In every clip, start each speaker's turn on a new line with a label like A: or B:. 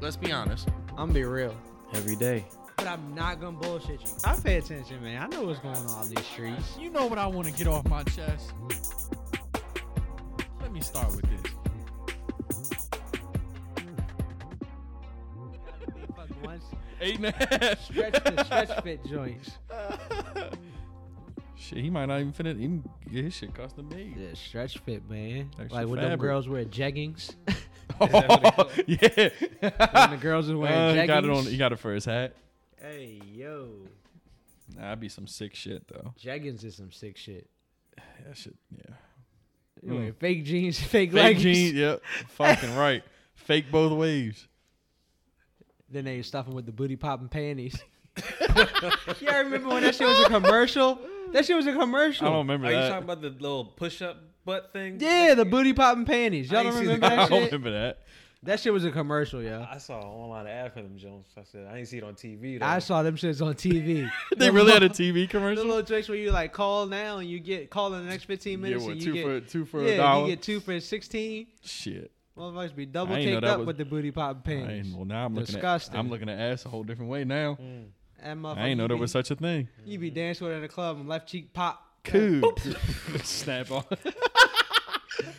A: Let's be honest.
B: I'm gonna be real.
C: every day.
B: But I'm not gonna bullshit you. I pay attention, man. I know what's going on in these streets.
D: You know what I want to get off my chest. Let me start with this.
B: Fuck once.
D: Eight and a half.
B: Stretch the stretch fit joints.
D: Shit, he might not even finish. He can get his shit custom made.
B: Yeah, stretch fit, man.
D: Extra
B: like when them
D: fabric.
B: girls wear jeggings.
D: Oh, yeah.
B: when the girls are
D: Uh,
B: wearing
D: he
B: jeggings.
D: got it on. He got it for his hat.
B: Hey yo,
D: Nah, that'd be some sick shit though.
B: jeggings is some sick shit.
D: That shit, yeah.
B: You wear fake jeans, fake,
D: Hmm. Fake
B: leggings.
D: jeans, yep. Fucking right. Fake both ways.
B: Then they stuff them with the booty popping panties. yeah, I remember when that shit was a commercial. That shit was a commercial.
D: I don't remember
A: Are you
D: that.
A: talking about the little push-up butt thing?
B: Yeah, the booty popping panties. Y'all
A: I ain't
B: don't
A: seen
B: remember
A: that.
D: I
B: that
D: don't
B: shit?
D: remember that.
B: That shit was a commercial, yo.
A: I saw an online ad for them Jones. I said I ain't see it on TV. Though.
B: I saw them shits on TV.
D: They really had a
B: t-
D: TV
B: the
D: commercial.
B: little tricks where you like call now and you get call in the next fifteen
D: Yeah,
B: minutes
D: what,
B: and
D: two
B: you get
D: for two for a
B: yeah
D: dollar.
B: you get two for sixteen.
D: Shit.
B: Motherfuckers be double
D: I ain't know
B: caked
D: that
B: up
D: was-
B: with the booty popping
D: I
B: panties.
D: ain't, well, now I'm looking
B: Disgusting. Mm.
D: at I'm looking at ass a whole different way now. I
B: That
D: ain't
B: motherfucker,
D: know there
B: you
D: was
B: be-
D: such a thing.
B: You be dancing with her in the club and left cheek pop.
D: Cool. Snap on.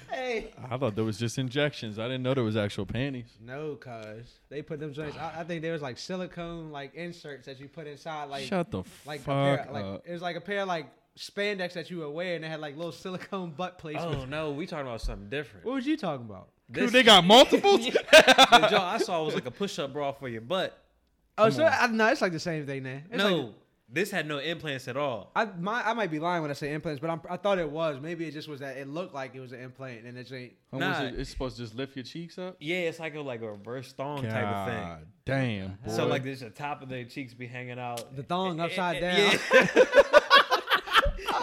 B: Hey.
D: I thought there was just injections. I didn't know there was actual panties.
B: No, cuz they put them joints. I, I think there was like silicone like inserts that you put inside like
D: Shut the
B: like a
D: fuck
B: pair, like
D: up.
B: it was like a pair of like spandex that you would wear and they had like little silicone butt placements.
A: Oh no, we talking about something different.
B: What was you talking about?
D: Dude,
A: This,
D: they got multiples.
A: the Joe I saw was like a push-up bra for your butt.
B: Oh, so I, no, it's like the same thing, man. It's
A: no,
B: like-
A: this had no implants at all.
B: I my I might be lying when I say implants, but I'm, I thought it was. Maybe it just was that it looked like it was an implant and it just ain't.
D: Almost
A: Nah.
D: it- it's supposed to just lift your cheeks up.
A: Yeah, it's like a like a reverse thong type of thing.
D: God Damn. Boy.
A: So like this, the top of their cheeks be hanging out.
B: The thong
A: Eh, eh,
B: upside
A: eh,
B: down.
A: Yeah.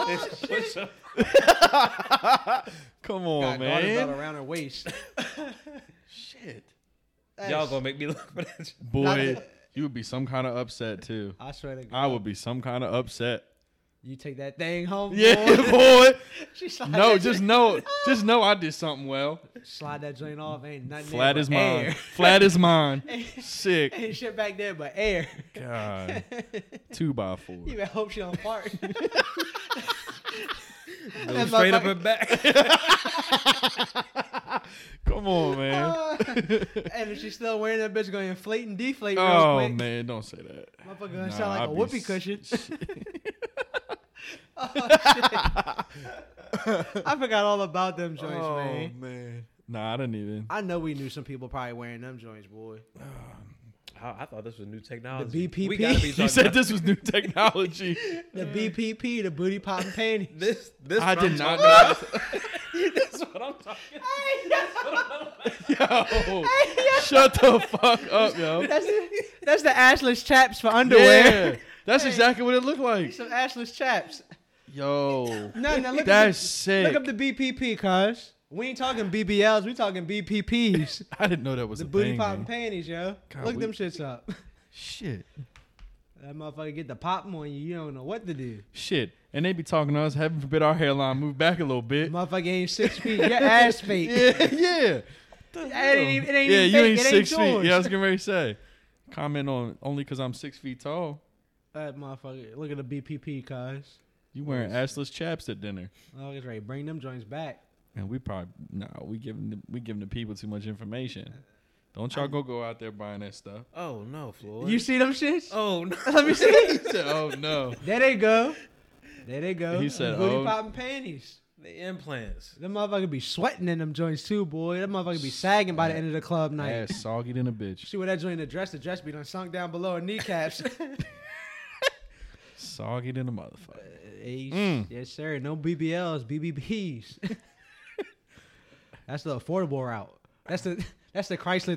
A: It's push-up.
D: come on,
B: Got guarded
D: man.
B: belt around her waist.
D: Shit.
A: Y'all gonna make me look for that.
D: Boy, you would be some kind of upset too.
B: I swear to God,
D: I would be some kind of upset.
B: you take that thing home.
D: Yeah,
B: boy.
D: boy.
B: She slide
D: No,
B: that
D: just know, just know I did something well.
B: joint- slide that joint off. Ain't nothing.
D: Flat
B: there
D: as
B: but
D: mine.
B: air.
D: Flat as mine. Sick.
B: Ain't shit back there but air.
D: God. Two by four.
B: You better hope she don't fart.
A: Goes straight up and back.
D: Come on,
B: Oh.
D: man.
B: and if she's still wearing that bitch, gonna inflate and deflate real
D: Oh
B: quick.
D: man, don't say that.
B: Motherfucker gonna
D: Nah,
B: sound like
D: I'd
B: a
D: be
B: whoopee
D: s-
B: cushion.
D: shit.
B: I forgot all about them joints,
D: oh
B: man.
D: man. Nah, I didn't even.
B: I know we knew some people probably wearing them joints, boy.
A: I, I thought this was new technology.
B: BPP.
A: We gotta be
B: You
A: talking
D: You said
A: about
D: this was new technology.
B: The BPP, the booty popping panties.
A: this. This
D: I
A: what I'm
D: did not
A: talking
D: know.
A: about. That's what I'm talking.
D: Yo, shut the fuck up, yo.
B: That's the, that's the ashless chaps for underwear.
D: Yeah, that's exactly what it looked like.
B: Some ashless chaps.
D: Yo,
B: No, no, look
D: that's
B: at
D: sick.
B: the, look up the BPP, cuz. We ain't talking BBLs, we talking BPPs.
D: I didn't know that was
B: The
D: a
B: booty
D: thing,
B: popping
D: man.
B: panties, yo.
D: God,
B: look
D: we-
B: them shits up.
D: Shit,
B: That motherfucker get the pop on you. You don't know what to do.
D: shit, and they be talking to us. Heaven forbid our hairline move back a little bit.
B: Motherfucker ain't six feet. Your ass fake.
D: yeah, yeah.
B: It ain't even, it ain't
D: yeah,
B: even
D: you
B: fake.
D: ain't
B: it
D: six
B: ain't
D: feet.
B: yours.
D: Yeah, I was getting ready to say. Comment on only because I'm six feet tall.
B: That motherfucker. Look at the BPP, cuz.
D: You wearing assless chaps at dinner,
B: Oh, it's right. Bring them joints back.
D: and we probably no, we giving the, we giving the people too much information. Don't y'all go go out there buying that stuff.
A: about. Oh no, Floyd.
B: You see them shits?
A: Oh no.
B: Let me see.
D: He said, "Oh no,
B: there they go. There they go.
D: He said,
B: booty
D: oh.
B: popping panties.
A: The implants.
B: Them motherfucker be sweating in them joints too, boy. That motherfucker be sagging by the end of the club night.
D: ass soggy than a bitch,
B: She with that joint in the dress, the dress be done sunk down below her kneecaps.
D: soggy than a motherfucker."
B: Hey,
D: Mm.
B: Yes, sir. No BBLs, BBBs. that's the affordable route. That's the that's the Chrysler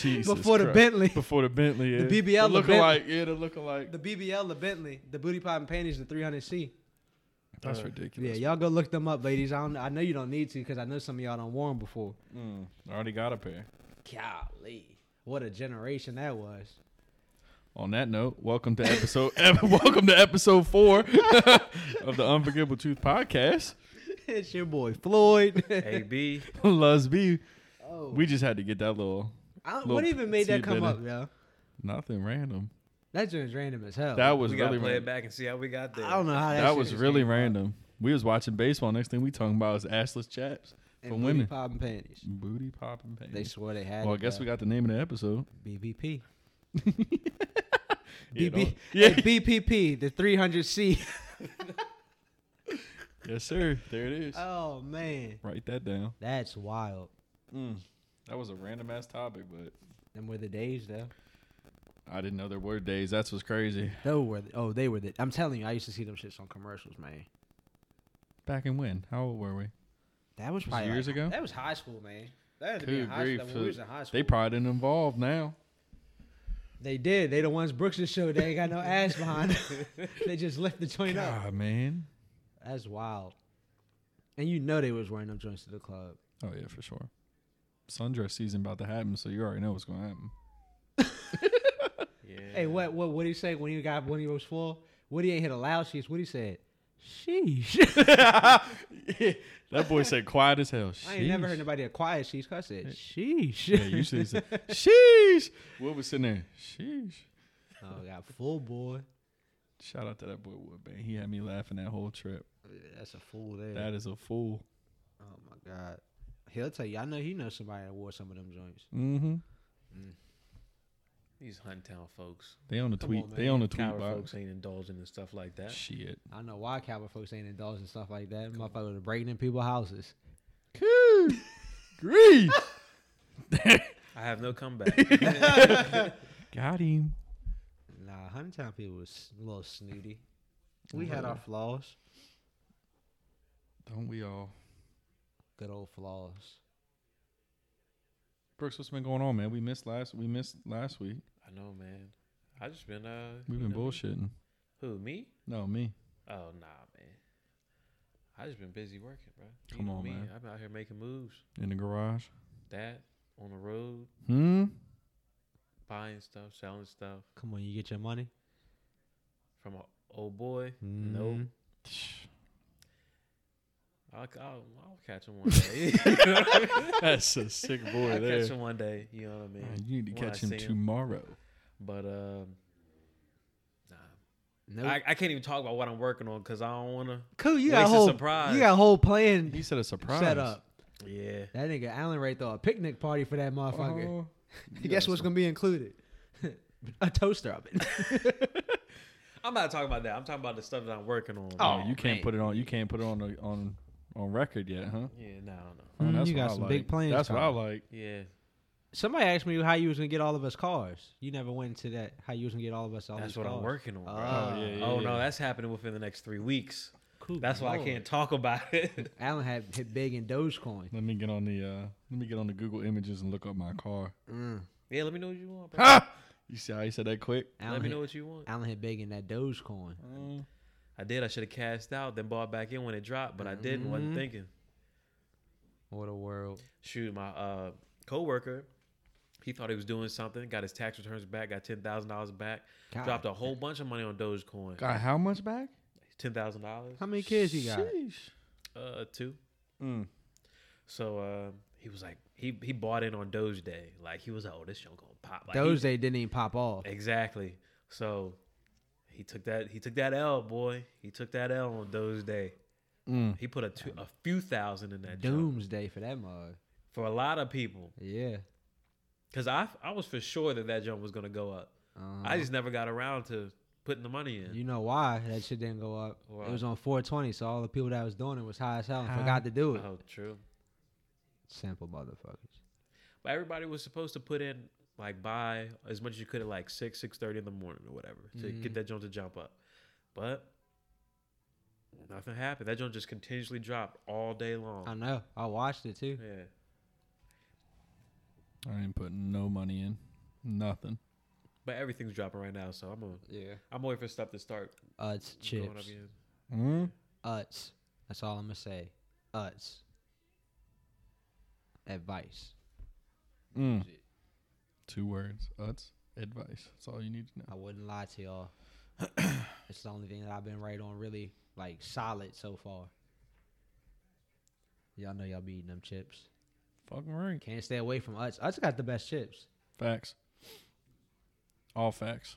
D: Jesus
B: before the
D: Christ.
B: Bentley.
D: before the Bentley, yeah.
B: BBL,
D: the
B: the Bentley.
D: lookalike, yeah, the lookalike.
B: The BBL, the Bentley, the booty pop and panties, the 300C.
D: That's
B: Uh, Yeah,
D: ridiculous.
B: y'all go look them up, ladies. I don't, I know you don't need to because I know some of y'all don't wore them before.
D: Mm, I already got a pair.
B: Golly, what a generation that was.
D: On that note, welcome to episode ep- welcome to episode four of the Unforgivable Truth Podcast.
B: it's your boy Floyd.
A: AB.
D: Lusby,
B: oh,
D: we just had to get that little
B: I,
D: Little
B: what even made that
D: tidbit
B: come
D: in-
B: up, yo?
D: Nothing random.
B: That joint's random as hell.
D: That was
A: We gotta
D: really
A: play
D: random.
A: it back and see how we got there.
B: I don't know how that.
D: That
B: shit
D: was
B: just
D: really
B: came up.
D: random. We was watching baseball. Next thing we talking about is assless chaps
B: And
D: for
B: booty
D: women.
B: popping panties.
D: Booty popping
B: They
D: panties.
B: swore they had. uh,
D: Well, I
B: it,
D: guess
B: yo.
D: we got the name of the episode.
B: BBP.
D: Yeah,
B: BB,
D: don't- yeah.
B: hey, BPP, the 300C.
D: yes, sir. There it is.
B: Oh man,
D: Write that down.
B: that's wild.
D: That was a random ass topic, but
B: Them were the days though.
D: I didn't know there were days. That's what's crazy.
B: Though were the, oh they were the. I'm telling you, I used to see them shits on commercials, man.
D: Back in when? How old were we?
B: That was
D: Was it
B: probably like-
D: years ago?
B: That was high school, man. That had to be
D: Good
B: in high
D: grief,
B: school. When we
D: so
B: was in high school.
D: They probably didn't involve now.
B: They did. They the ones Brooks just showed. They ain't got no ass behind. them. they just left the joint up.
D: God, man.
B: That's wild. And you know they was wearing them joints to the club.
D: Oh yeah, for sure. Sundress season about to happen, so you already know what's going to happen.
A: Yeah.
B: Hey, what what what did he say when he got when he was full? Woody ain't hit a loud sheets. What he said? Sheesh.
D: That boy said, "Quiet as hell."
B: I ain't never heard
D: Sheesh.
B: nobody at quiet sheesh. 'cause I said sheesh.
D: Yeah, you should say, "Sheesh." Wood was sitting there. Sheesh.
B: oh, got full boy.
D: Shout out to that boy Wood, man. He had me laughing that whole trip.
B: That's a fool there.
D: That is a fool.
B: oh my god. He'll tell you. I know he knows somebody that wore some of them joints.
D: Mm-hmm.
A: These Huntown folks,
D: They on the
B: Come
D: tweet.
B: on,
D: they
B: man.
D: on the tweet
A: Tower
D: box.
A: folks ain't indulging in stuff like that.
D: Shit.
B: I know why cowboy folks ain't indulged and stuff like that. Motherfuckers are breaking in people's houses.
D: Grief.
A: I have no comeback.
D: Got him.
B: Nah, Huntingtown people was a little snooty. We had our flaws.
D: Don't we all?
B: Good old flaws.
D: Brooks, what's been going on, man? We missed last. We missed last week.
A: I know, man. I just been uh.
D: We've
A: you
D: been
A: know,
D: bullshitting.
A: Who me?
D: No, me.
A: Oh nah, man. I just been busy working, bro. You
D: Come
A: know
D: on,
A: me.
D: man.
A: I've been out here making moves.
D: In the garage.
A: That on the road,
D: Hmm.
A: buying stuff, selling stuff
B: Come on, you get your money.
A: from an old boy. Nope.
B: Mhm.
A: I'll, I'll, I'll catch him one day. I'll
D: That's a sick boy
A: catch
D: there.
A: him one day. You know what I mean?
D: Man, you need to
A: When I
D: catch him
A: see him.
D: tomorrow.
A: But um, nah,
B: Nope.
A: I, I can't even talk about what I'm working on because I don't want to.
B: cool, you
A: Waste
B: got a
A: of
B: whole
A: surprise.
B: You got a whole plan
D: He said a surprise.
B: set up.
A: Yeah.
B: That nigga Allen Ray throw a picnic party for that motherfucker.
D: Oh, you
B: Guess
D: got
B: what's
D: some-
B: gonna be included? a toaster oven.
A: I'm not talking about that. I'm talking about the stuff that I'm working on.
D: Oh,
B: Oh,
D: you can't
B: man.
D: put it on. You can't put it on the, on on record yet, huh?
A: Yeah, no, I don't know.
D: Oh,
B: Mm,
D: that's
B: you
D: what
B: got
D: I
B: some
D: like.
B: big plans
D: That's
B: coming.
D: what I like.
A: Yeah.
B: Somebody asked me how you was gonna get all of us cars. You never went into that. How you was gonna get all of us all
A: That's
B: these
A: what I'm
B: cars.
A: working on. bro.
B: Ah.
D: Oh, yeah, yeah,
A: oh
D: yeah.
A: no, that's happening within the next three weeks.
B: Cool
A: That's why I
B: lord.
A: can't talk about it.
B: Allen had hit big in Dogecoin.
D: Let me get on the uh, let me get on the Google Images and look up my car.
B: Mm.
A: yeah, let me know what you want. Bro.
D: Ha! You see how he said that quick?
B: Allen
A: Let me
B: hit-
A: know what you want.
B: Allen hit big in that Dogecoin.
A: I did. I should have cashed out, then bought back in when it dropped, but I didn't. wasn't
D: Mm-hmm.
B: Mhm.
A: thinking.
B: What a world.
A: Shoot, my uh, coworker, he thought he was doing something. Got his tax returns back. Got ten thousand dollars back.
B: God.
A: Dropped a whole bunch of money on Dogecoin.
D: Got how much back?
A: Ten thousand dollars.
B: How many kids he got?
D: Sheesh.
A: Uh, two.
D: Mm.
A: So uh, he was like, he he bought in on Doge Day. Like he was like, oh, this shit gonna pop. Like, he-
B: Those they didn't even pop off.
A: Exactly. So he took that. He took that L, boy. He took that L on Doge Day.
D: Mm.
A: He put a two, a few thousand in that jump
B: Doomsday for that mug.
A: for a lot of people.
B: Yeah.
A: Cause I I was for sure that that jump was gonna go up.
B: Uh-huh.
A: I just never got around to putting the money in.
B: you know why that shit didn't go up?
A: Why?
B: It was on 420, so all the people that was doing it was high as hell and
D: High.
B: forgot to do it.
A: oh, true.
B: Simple motherfuckers.
A: But everybody was supposed to put in like buy as much as you could at like six six thirty in the morning or whatever to
B: Mhm.
A: get that joint to jump up, but nothing happened. That joint just continuously dropped all day long.
B: I know. I watched it too.
A: yeah.
D: I ain't putting no money in. Nothing.
A: But everything's dropping right now, so I'm a,
B: Yeah.
A: I'm waiting for stuff to start
B: Uts
A: going up
B: chips.
A: again.
D: Mm.
B: Uts. That's all I'm gonna say. Uts. Advice.
D: Mm. Two words. Uts. Advice. That's all you need to know.
B: I wouldn't lie to y'all. it's the only thing that I've been right on, really, like solid so far. Y'all know y'all be eating them chips.
D: Fucking right.
B: Can't stay away from Uts. Uts got the best chips.
D: Facts. All facts.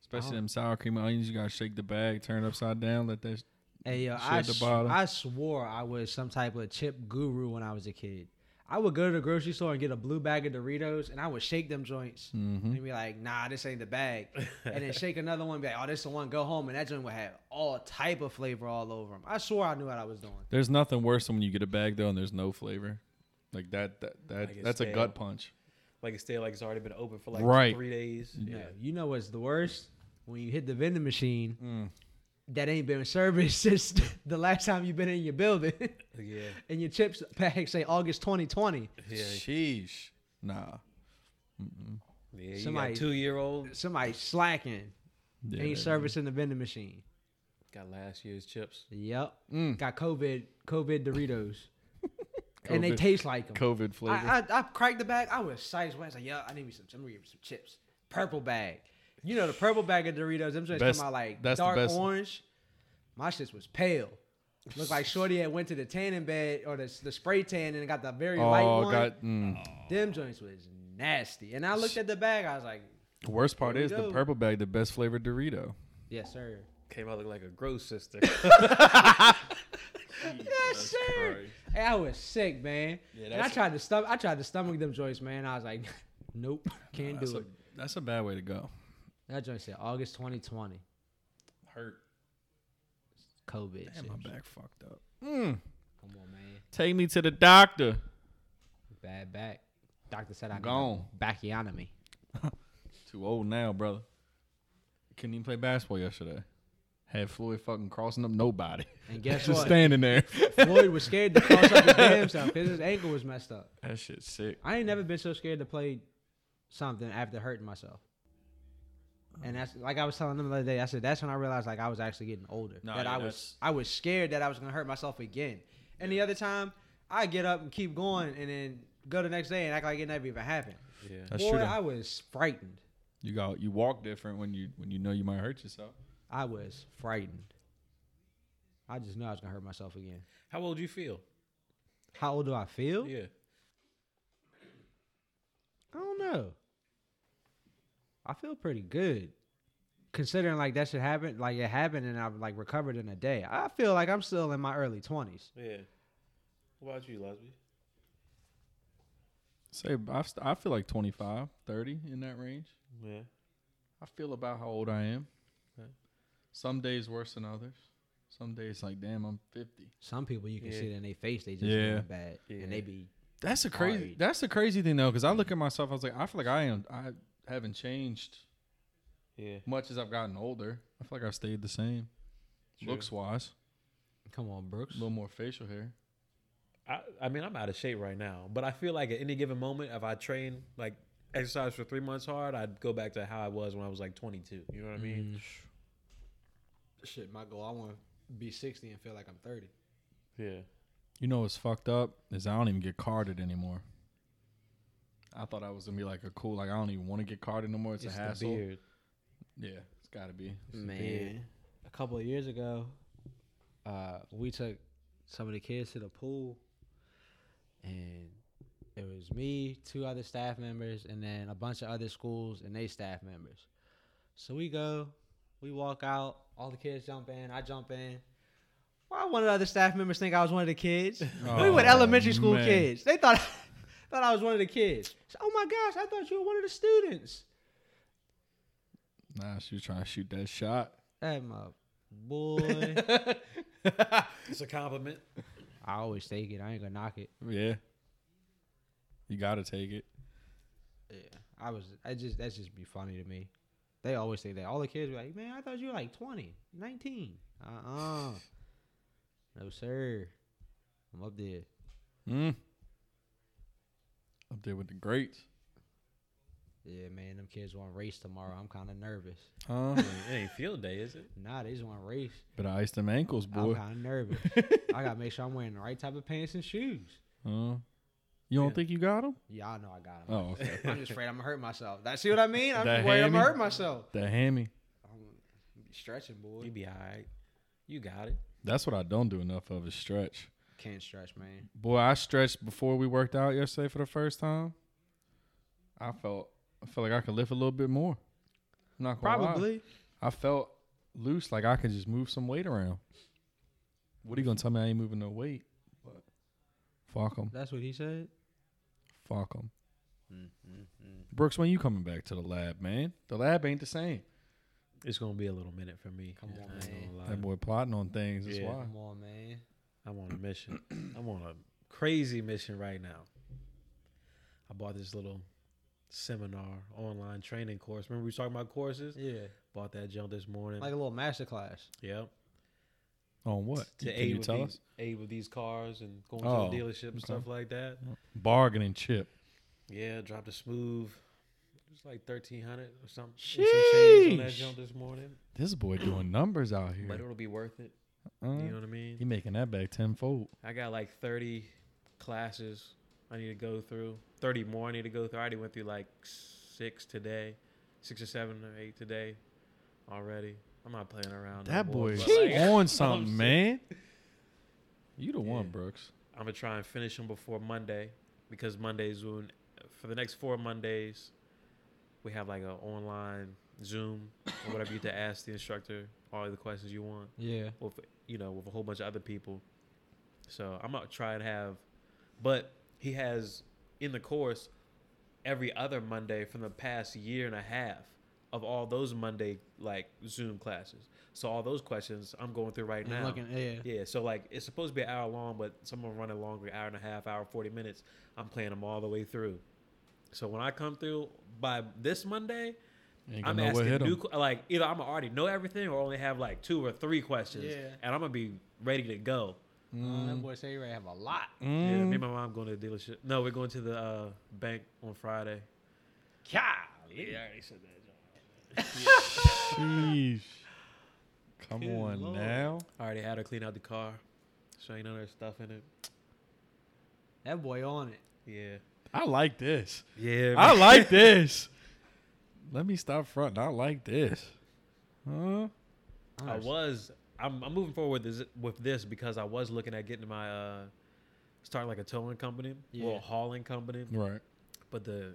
D: Especially
B: Oh.
D: them sour cream onions. You gotta shake the bag, turn it upside down, let that.
B: Hey yo,
D: Shit
B: I,
D: at the
B: sw-
D: bottom.
B: I swore I was some type of chip guru when I was a kid. I would go to the grocery store and get a blue bag of Doritos, and I would shake them joints
D: Mm-hmm.
B: and be like, "Nah, this ain't the bag," and then shake another one, be like, "Oh, this the one." Go home, and that joint would have all type of flavor all over them. I swore I knew what I was doing.
D: There's nothing worse than when you get a bag though and there's no flavor. Like that. That. that
A: Like it's
D: that's a
A: stale.
D: gut punch.
A: Like it's still like it's already been open for like
D: Right.
A: three days.
B: Yeah, you know what's the worst? When you hit the vending machine
D: Mm.
B: that ain't been serviced since the last time you've been in your building,
A: Yeah.
B: and your chips bag say August 2020.
A: Yeah.
D: Sheesh. Nah.
A: yeah you
B: Somebody-
A: got two year old
B: Somebody slacking,
D: Yeah,
B: ain't
D: that-
B: servicing the vending machine.
A: got last year's chips.
B: Yep.
D: Mm.
B: Got COVID, COVID Doritos. And they
D: COVID.
B: taste like them.
D: COVID flavor.
B: I, I, I cracked the bag. I was sized when I was like, yeah, I need me some, I'm gonna get me some chips. Purple bag. You know, the purple bag of Doritos, them just
D: Best-
B: come out like
D: that's the
B: dark
D: best.
B: orange. My shit was pale. Looked like Shorty had went to the tanning bed or the, the spray tan and got the very light
D: oh
B: one.
D: god. Mm.
B: Them joints was nasty. And I looked at the bag, I was like,
D: The worst part
B: Here we
D: is the
B: go.
D: purple bag, the best flavored Dorito.
B: yes, sir.
A: Came out looking like a gross sister.
B: Yes, sir. Hey, I was sick, man.
D: Yeah,
B: and I
D: that's-
B: tried to stomach. I tried to stomach them joints, man. I was like, nope, can't
D: That's
B: do
D: a,
B: it.
D: that's a bad way to go.
B: That joint said August 2020,
D: Hurt.
B: COVID.
D: Damn,
B: shit.
D: my back fucked up. Mm.
B: Come on, man.
D: Take me to the doctor.
B: Bad back. Doctor said I
D: I'm
B: gone. Backiotomy.
D: Too old now, brother. Couldn't even play basketball yesterday. Had Floyd fucking crossing up nobody.
B: And guess
D: Just
B: what?
D: standing there.
B: Floyd was scared to cross up his damn self because his ankle was messed up.
D: that shit's sick.
B: I ain't never been so scared to play something after hurting myself. And that's like I was telling them the other day. I said that's when I realized like I was actually getting older.
D: Nah,
B: that
D: yeah,
B: I was
D: that's-
B: I was scared that I was gonna hurt myself again. And the other time, I get up and keep going, and then go the next day and act like it never even happened.
A: yeah.
D: That's
B: Boy,
D: true. though.
B: I was frightened.
D: you got you walk different when you when you know you might hurt yourself.
B: I was frightened. I just knew I was gonna hurt myself again.
A: How old you feel?
B: How old do I feel?
A: Yeah.
B: I don't know. I feel pretty good. Considering like that shit happened, like it happened and I've like recovered in a day. I feel like I'm still in my early twenties.
A: Yeah. What about you, Leslie?
D: Say I've, st- I feel like 25, 30 in that range.
A: Yeah.
D: I feel about how old I am.
A: Okay.
D: Some days worse than others. Some days like damn, I'm 50.
B: Some people you can
A: Yeah.
B: see it in their face, they just
D: Yeah.
B: yeah. bad.
A: Yeah.
B: And they be
D: That's a crazy.
B: Right.
D: That's the crazy thing though, because I look at myself. I was like, I feel like I am. I haven't changed
A: Yeah.
D: much as I've gotten older. I feel like I've stayed the same,
A: True.
D: looks wise.
B: Come on,
D: A
B: Brooks.
D: little more facial hair.
A: I, I mean, I'm out of shape right now, but I feel like at any given moment, if I train like exercise for three months hard, I'd go back to how I was when I was like 22. You know what I mean?
B: Shit, my goal I wanna be sixty and feel like I'm thirty.
A: Yeah.
D: You know what's fucked up is I don't even get carded anymore. I thought I was gonna be like a cool. Like I don't even want to get carded no more. It's, a hassle.
A: beard.
D: Yeah, it's gotta be.
B: Man. A couple of years ago, uh, we took some of the kids to the pool and it was me, two other staff members, and then a bunch of other schools and they staff members. So we go, we walk out, all the kids jump in, I jump in. Why one of the other staff members think I was one of the kids? we were
D: Oh,
B: elementary school
D: man.
B: kids. They thought thought I was one of the kids. So, oh my gosh, I thought you were one of the students.
D: Nah, she was trying to shoot that shot.
B: That my boy.
A: It's a compliment.
B: I always take it. I ain't gonna knock it.
D: Yeah. You gotta take it.
B: Yeah, I was. I just that's just be funny to me. They always say that. All the kids be like, "Man, I thought you were like 20, 19. Uh uh no sir, I'm up there.
D: Mm. Up there with the greats.
B: Yeah, man, them kids want race tomorrow. I'm kind of nervous.
D: Huh?
A: I mean, it ain't field day, is it?
B: Nah, they just want race.
D: but I iced them ankles,
B: I'm
D: boy.
B: kind of nervous. I gotta make sure I'm wearing the right type of pants and shoes.
D: Huh? You don't
A: Yeah.
D: think you got them?
B: Y'all know I got them.
D: Oh, okay.
B: I'm just afraid I'm gonna hurt myself. That see what I mean? I'm
D: That
B: just worried I'm gonna
D: hammy?
B: hurt myself.
D: the hammy.
B: I'm be stretching, boy.
A: You be all right. You got it.
D: That's what I don't do enough of is stretch.
B: Can't stretch, man.
D: Boy, I stretched before we worked out yesterday for the first time. I felt I felt like I could lift a little bit more. I'm not gonna lie.
B: Probably.
D: I felt loose, like I could just move some weight around. What are you gonna tell me? I ain't moving no weight. But fuck 'em.
B: That's what he said.
D: Fuck 'em. Brooks, when you coming back to the lab, man? The lab ain't the same.
A: It's gonna be a little minute for me.
B: Come on,
A: I ain't
B: man.
A: gonna lie.
D: That boy plotting on things. That's
A: Uh, Yeah.
D: why.
B: Come on, man.
A: I'm on a mission. I'm on a crazy mission right now. I bought this little seminar, online training course. Remember we was talking about courses?
B: Yeah,
A: Bought that junk this morning.
B: like a little master class.
A: yep.
D: On what?
A: To
D: Can
A: aid
D: you
A: with
D: tell
A: these,
D: us?
A: aid with these cars and going
D: Oh,
A: to the dealership and stuff like that.
D: Bargaining chip.
A: Yeah, dropped a smooth. It was like thirteen hundred or some, and some change on that
D: Sheesh.
A: junk this morning.
D: This boy doing numbers out
A: But
D: here.
A: it'll be worth it.
D: Uh,
A: You know what I mean?
D: he making that back tenfold.
A: I got like 30 classes I need to go through. 30 more I need to go through. I already went through like six today, six or seven or eight today already. I'm not playing around.
D: That
A: no more,
D: boy
A: but,
D: is
A: like,
D: on something, man. You the one,
A: Yeah.
D: Brooks.
A: I'm gonna try and finish them before Monday because Mondays when for the next four Mondays we have like a online Zoom or whatever you to ask the instructor all the questions you want.
B: Yeah,
A: with you know with a whole bunch of other people. So I'm gonna try and have, but he has in the course every other Monday from the past year and a half of all those Monday like Zoom classes. So all those questions I'm going through right
B: And
A: now.
B: looking, yeah. Uh,
A: Yeah, so like it's supposed to be an hour long, but some of them running longer, hour and a half, hour forty minutes. I'm playing them all the way through. So when I come through by this Monday,
D: Ain't
A: I'm
D: gonna know what
A: asking
D: hit him.
A: new, que- like either I'm gonna already know everything or only have like two or three questions,
B: Yeah.
A: and I'm gonna be ready to go.
B: Uh,
D: Mm-hmm.
B: that boy say you have a lot.
A: Yeah,
D: Mm.
A: me and my mom going to the dealership. No, we're going to the uh, bank on Friday.
B: Golly.
A: I already said that.
D: Sheesh. Come
A: Good
D: on
A: Lord.
D: now.
A: I already had her clean out the car, so ain't none of her stuff in it.
B: That boy on it.
A: Yeah,
D: I like this.
A: yeah.
D: I like this. Let me stop fronting. I like this. Huh? Oh,
A: I was. I'm, I'm moving forward with this, with this because I was looking at getting my uh, starting like a towing company,
B: Yeah.
A: well hauling company,
D: Right.
A: but the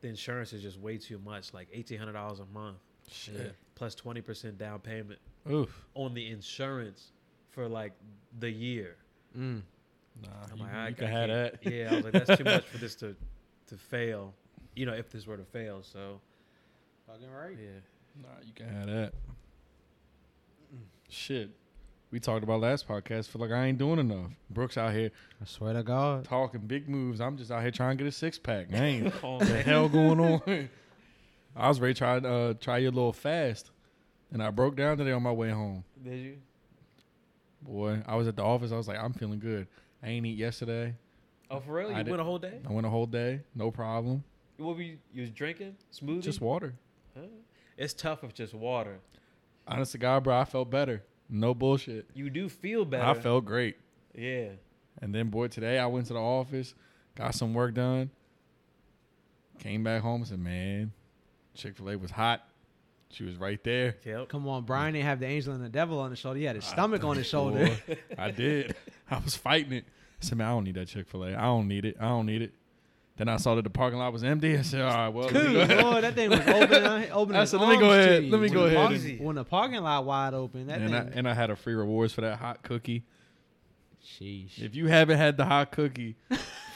A: the insurance is just way too much, like eighteen hundred dollars a month
D: Shit.
A: plus twenty percent down payment
D: Oof.
A: on the insurance for like the year.
B: Mm.
D: Nah.
A: I'm
D: you
A: like,
D: you
A: I, I
D: can have
A: can't-
D: that.
A: Yeah, I was like, that's too much for this to to fail. You know, if this were to fail, so
B: Fucking right.
A: yeah,
D: Nah, you can have that. Shit. We talked about last podcast. Feel like I ain't doing enough. Brooks out here
B: I swear to God.
D: talking big moves. I'm just out here trying to get a six pack. Man,
A: Oh,
D: what the hell going on? I was ready to try, uh, try your little fast, and I broke down today on my way home.
A: did you?
D: Boy, I was at the office. I was like, I'm feeling good. I ain't eat yesterday.
A: Oh, for real? You
D: I did-
A: went a whole day?
D: I went a whole day, no problem.
A: What were you? You was drinking smoothie?
D: Just water.
A: Huh? It's tough with just water.
D: Honest to God, bro, I felt better. No bullshit.
A: You do feel better.
D: I felt great.
A: yeah.
D: And then, boy, today I went to the office, got some work done, came back home and said, man, Chick fil A was hot. She was right there.
A: Yep.
B: Come on, Brian didn't have the angel and the devil on his shoulder. He had his stomach on his shoulder.
D: Boy, I did. I was fighting it. I said, man, I don't need that Chick fil A. I don't need it. I don't need it. Then I saw that the parking lot was empty. I said, all right, well, let me go
B: Dude,
D: ahead."
B: Lord, that thing was open. open
D: I
B: its
D: said, let me go
B: arms to
D: ahead.
B: you.
D: Let me
B: When
D: go
B: the
D: ahead.
B: parking- When the parking lot wide open, that
D: and, I,
B: thing.
D: and I had a free rewards for that hot cookie.
B: sheesh.
D: If you haven't had the hot cookie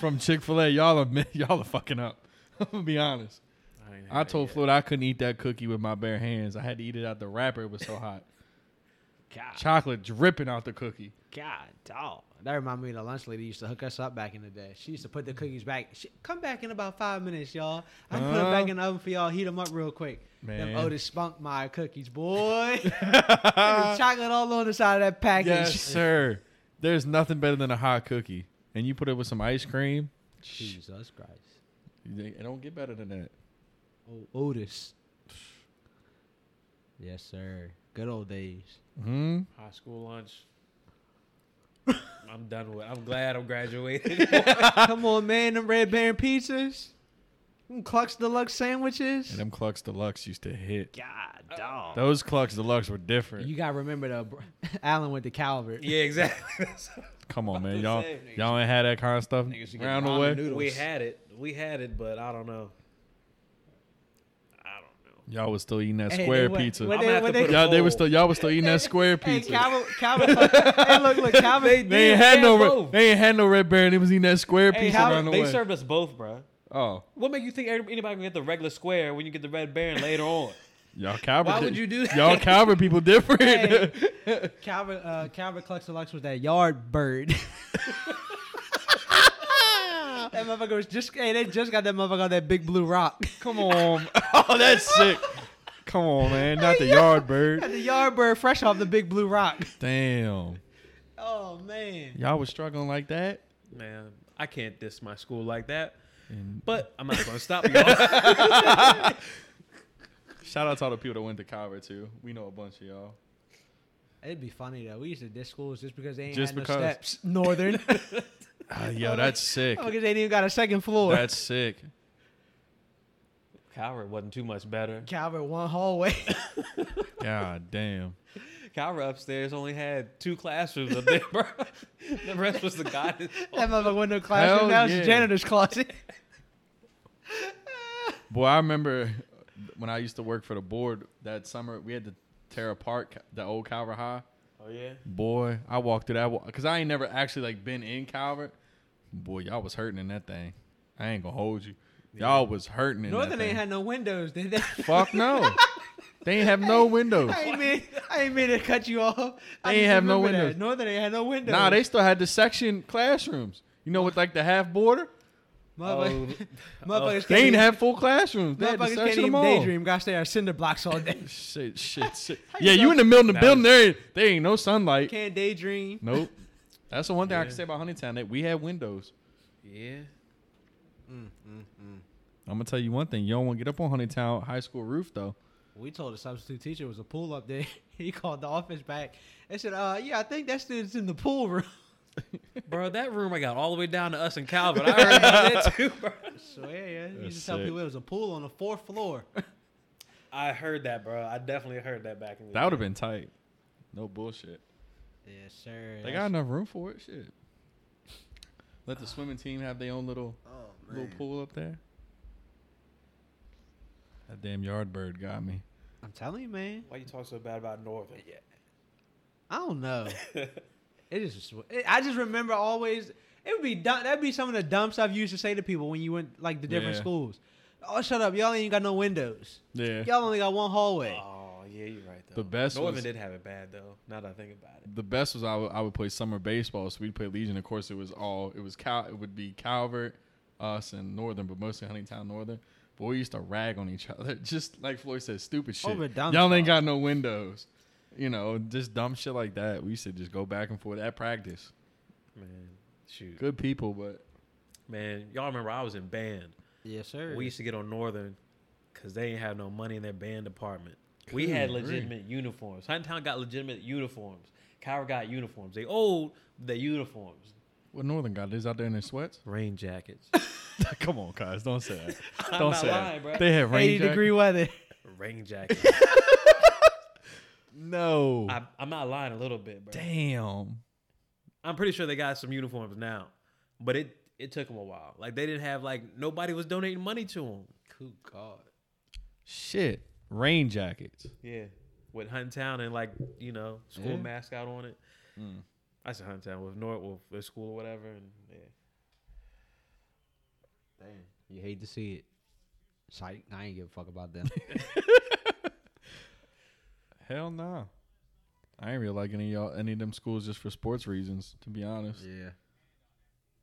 D: from Chick Fil A, y'all are mi- y'all are fucking up. I'm gonna be honest.
A: I, ain't
D: I
A: had it
D: told
A: yet.
D: Floyd I couldn't eat that cookie with my bare hands. I had to eat it out the wrapper. It was so hot.
B: God,
D: Chocolate dripping out the cookie.
B: God, dog. That reminded me of the lunch lady used to hook us up back in the day. She used to put the cookies back. She, come back in about five minutes, y'all. I put them
D: Huh?
B: back in the oven for y'all. Heat them up real quick.
D: Man.
B: Them Otis Spunk My cookies, boy. There's chocolate all on the side of that package.
D: Yes, sir. There's nothing better than a hot cookie, and you put it with some ice cream.
B: Jesus Christ.
D: It don't get better than that.
B: Oh, Otis. Yes, sir. Good old days.
D: Hmm.
A: high school lunch. I'm done with. I'm glad I'm graduated.
B: Come on, man. Them Red Baron pizzas. Them Clucks Deluxe sandwiches.
D: And them Clucks Deluxe used to hit.
B: God, dog.
D: Those Clucks Deluxe were different.
B: You gotta remember the br- Allen went to Calvert.
A: yeah, exactly.
D: Come on, man.
A: to
D: Y'all,
A: say, niggas-
D: y'all ain't had that kind of stuff
B: should get
D: round
B: ramen
D: away.
B: noodles.
A: we had it. We had it, but I don't know.
D: Y'all was still eating that
B: Hey, they
D: square
B: went-
D: pizza.
B: when
A: I'ma have to
B: when
A: put a
D: y'all they
A: bowl.
D: were still y'all was still eating that square
B: Hey,
D: pizza.
B: Calvin, Calvin, hey, look, look, Calvin.
A: They
D: they ain't
A: Yeah,
D: had no
A: and
D: red,
A: both.
D: they ain't had no red baron. They was eating that square
B: Hey,
D: pizza
B: how-
D: around the
A: They
D: way.
A: served us both, bro.
D: oh,
A: What make you think anybody can get the regular square when you get the red baron later on?
D: y'all Calvert.
B: Why would you do that?
D: Y'all Calvert people different.
B: Hey. Calvin, uh, Calvin Clux Deluxe was that yard bird. that motherfucker was just, hey, they just got that motherfucker on that big blue rock.
D: Come on. oh, that's sick. Come on, man. Not the yard bird.
B: the yard bird fresh off the big blue rock.
D: Damn.
B: Oh, man.
D: Y'all was struggling like that.
A: Man, I can't diss my school like that.
D: And
A: But I'm not gonna stop y'all.
D: shout out to all the people that went to Calvert too. We know a bunch of y'all.
B: It'd be funny, though. We used to diss schools just because they ain't
D: Just
B: had no
D: because.
B: steps. Northern.
D: Uh, yo, that's sick.
B: because they ain't even got a second floor.
D: That's sick.
A: Coward wasn't too much better.
B: Calvert, one hallway.
D: God damn.
A: Coward upstairs only had two classrooms up there, bro. the rest was the guidance.
B: that motherfucker went to a classroom.
D: Hell
B: That was the
D: yeah.
B: janitor's closet.
D: Boy, I remember when I used to work for the board that summer. We had to tear apart Ca- the old Calvert High.
A: Oh yeah.
D: Boy, I walked through that because I ain't never actually like been in Calvert. Boy, y'all was hurting in that thing. I ain't gonna hold you. Y'all was hurting in
B: Northern
D: that
B: ain't
D: thing.
B: had no windows, did they?
D: Fuck no. they ain't have no windows.
B: I ain't mean I ain't mean to cut you off. I
D: They ain't
B: just
D: have no
B: remember
D: windows.
B: That. Northern ain't had no windows.
D: Nah, they still had the section classrooms. You know, with like the half border,
B: Motherfuck-
A: Oh.
B: motherfuckers
D: they
B: can't
D: ain't
B: even,
D: have full classrooms. They had to
B: motherfuckers can't
D: section
B: even
D: them all.
B: daydream. Got to stay on cinder blocks all day.
D: Shit, shit, shit.
B: you
D: yeah, you
B: know-
D: in the middle of the
A: Nah,
D: building, there ain't, there ain't no sunlight.
B: can't daydream.
D: Nope. That's the one thing I can
A: Yeah.
D: say about Huntingtown that we had windows.
A: Yeah.
D: I'm gonna tell you one thing. You don't want to get up on Huntingtown High School roof though.
B: We told the substitute teacher it was a pool up there. he called the office back. They said, "Uh, yeah, I think that student's in the pool room."
A: Bro, that room I got all the way down to us and Calvin. I heard about that too, bro.
B: So yeah, yeah. You
D: That's
B: just tell
D: sick.
B: people it was a pool on the fourth floor.
A: I heard that, bro. I definitely heard that back in the
D: That would have
A: day.
D: been tight. No bullshit.
B: yes, sir.
D: They got enough room for it. Shit. Let the swimming team have their own little
B: oh
D: little pool up there. That damn yard bird got me.
B: I'm telling you, man.
A: Why you talk so bad about Northern? Yeah.
B: I don't know. It just, it, I just remember always. It would be dumb. That'd be some of the dumb stuff you used to say to people when you went like the different
D: Yeah.
B: schools. Oh, shut up! Y'all ain't got no windows.
D: Yeah.
B: Y'all only got one hallway.
A: oh yeah, you're right though.
D: The best
A: Northern
D: was-
A: did have it bad though. Now that I think about it.
D: The best was I would I would play summer baseball, so we'd play Legion. Of course, it was all it was Cal. It would be Calvert, us, and Northern, but mostly Huntingtown Northern. But we used to rag on each other, just like Floyd said, stupid shit.
B: Over dumb
D: Y'all ain't
B: stuff.
D: got no windows, you know, just dumb shit like that. We used to just go back and forth at practice.
A: Man. Shoot.
D: Good people, but
A: Man, y'all remember I was in band.
B: Yes, sir.
A: We used to get on Northern because they ain't have no money in their band department. We had
D: Good grief.
A: legitimate uniforms. Huntingtown got legitimate uniforms. Coward got uniforms. They owed the uniforms.
D: what Northern got is out there in their sweats.
A: Rain jackets.
D: Come on, guys, don't say that.
A: I'm
D: Don't
A: not
D: say
A: lying,
D: that.
A: bro.
D: They had rain
B: 80
D: jacket-
B: degree weather.
A: Rain jackets.
D: No,
A: I, I'm not lying a little bit, bro.
D: damn.
A: I'm pretty sure they got some uniforms now, but it it took them a while. Like they didn't have like nobody was donating money to them.
B: Cool God.
D: Shit, rain jackets.
A: Yeah, with Huntingtown and like you know school
D: Yeah.
A: mascot on it. I said Huntingtown with North with their school or whatever, and yeah.
B: Damn. You hate to see it. Psych. I ain't give a fuck about them.
D: Hell no. I ain't really like any of y'all any of them schools just for sports reasons, to be honest.
B: yeah.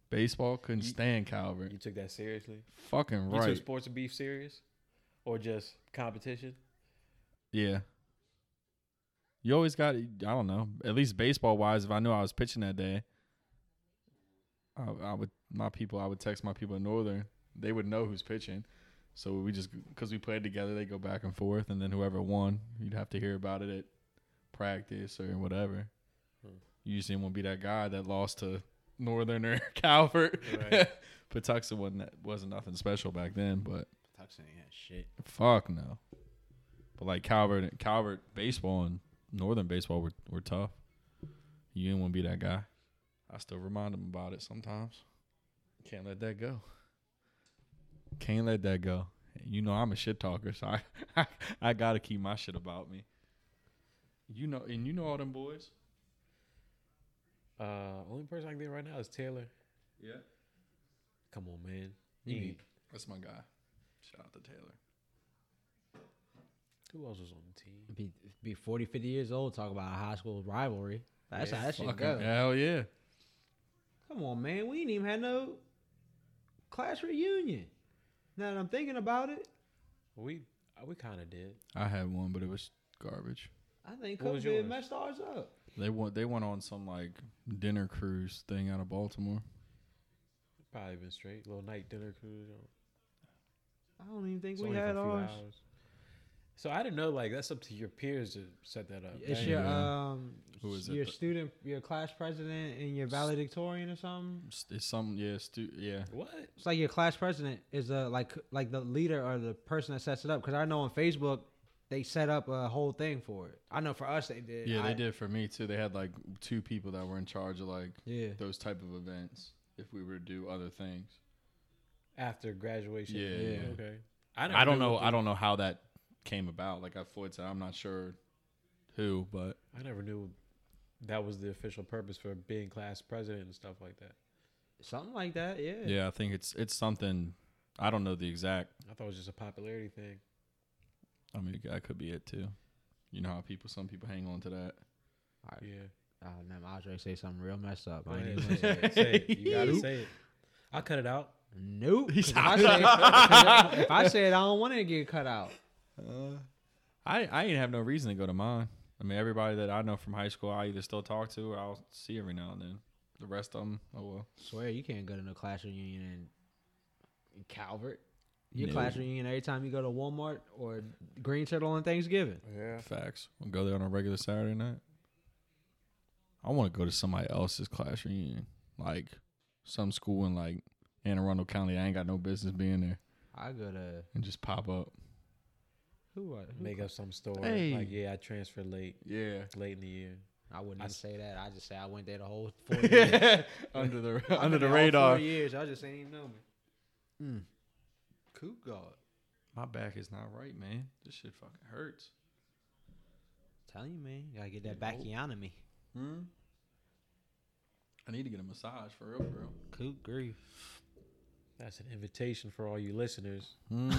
D: Baseball couldn't stand Calvert.
A: You took that seriously?
D: Fucking
A: You
D: right.
A: took sports and beef serious, or just competition?
D: yeah. You always got I don't know. At least baseball wise, if I knew I was pitching that day, I, I would my people I would text my people in Northern. They would know who's pitching. So we just because we played together, they go back and forth, and then whoever won, you'd have to hear about it at practice or whatever.
A: Hmm.
D: You usually won't be that guy that lost to Northern or Calvert.
A: Right.
D: Patuxa wasn't that- wasn't nothing special back then, but
B: Tucson ain't had shit.
D: fuck no. But like Calvert, Calvert baseball and Northern baseball were, were tough. You didn't want to be that guy. I still remind them about it sometimes. Can't let that go. Can't let that go. you know I'm a shit talker, so I, I, gotta keep my shit about me. You know, and you know all them boys.
A: Uh, only person I can think of right now is Taylor.
D: Yeah,
A: Come on, man.
D: You
A: Eat.
D: need- that's my guy. Shout out to Taylor.
A: Who else was on the team?
B: Be, be 40, 50 years old, talk about a high school rivalry. That's
A: Yeah.
B: how that shit
D: Fucking
B: go.
D: hell yeah!
B: Come on, man. We ain't even had no class reunion. Now that I'm thinking about it,
A: We uh, we kind of did.
D: I had one, but it was garbage.
B: I think
A: What was
B: COVID
A: yours?
B: messed ours up.
D: They went they went on some like dinner cruise thing out of Baltimore.
A: Probably been straight. Little night dinner cruise. you know.
B: I don't even think
A: It's
B: we
A: only for
B: had
A: a few
B: ours.
A: hours. So I didn't know. Like that's up to your peers to set that up.
B: It's
A: That
B: your
A: ain't-
D: Yeah.
B: um,
D: Who is it
B: your
D: that-
B: student, your class president, and your valedictorian or something.
D: It's, it's some yeah, stu- yeah.
A: what?
B: It's like your class president is uh like like the leader or the person that sets it up. Because I know on Facebook they set up a whole thing for it. I know for us they did.
D: Yeah, they
B: I-
D: did for me too. They had like two people that were in charge of like
B: Yeah,
D: those type of events. If we were to do other things,
A: After graduation.
D: Yeah,
B: yeah.
A: Okay.
D: I don't know.
A: what
D: I don't know how that came about. Like I Floyd said, I'm not sure who, but
A: the- I never knew that was the official purpose for being class president and stuff like that.
B: something like that. Yeah.
D: yeah, I think it's it's something. I don't know the exact.
A: I thought it was just a popularity thing.
D: I mean, that could be it too. You know how people, some people hang on to that.
B: Alright.
A: Yeah.
B: Oh man, I was ready to say something real messed up.
A: Go
B: I ain't
A: ahead,
B: even
A: say
B: say
A: it.
B: it.
A: Say it. You gotta say it. I'll cut it out.
B: Nope.
D: He's
B: 'cause if, I say, 'cause if I say it, I don't want to get cut out.
D: Uh, I I ain't have no reason to go to mine. I mean, everybody that I know from high school, I either still talk to or I'll see every now and then. The rest of them, oh well.
B: Swear you can't go to no class reunion in, in Calvert. Your
D: No.
B: class reunion every time you go to Walmart or Green Turtle on Thanksgiving.
A: Yeah.
D: Facts. We'll go there on a regular Saturday night. I want to go to somebody else's class reunion, like some school in like Anne Arundel County. I ain't got no business being there,
B: I go to
D: and just pop up.
B: who? I, who
A: Make up some story.
D: Hey.
A: Like, yeah, I transferred late,
D: Yeah,
A: late in the year.
B: I wouldn't
A: I
B: even
A: s-
B: say that. I just say I went there the whole four years.
D: under the
B: I've
D: under the
B: been there all
D: radar. Hmm.
B: Four years. I just ain't even know me. Mm. Coop God.
D: My back is not right, man. This shit fucking hurts.
B: Telling you, man, you gotta get that
D: Yeah, nope.
B: backionomy.
D: Hmm. I need to get a massage for real, bro.
B: Coop grief.
A: That's an invitation for all you listeners,
D: Hmm.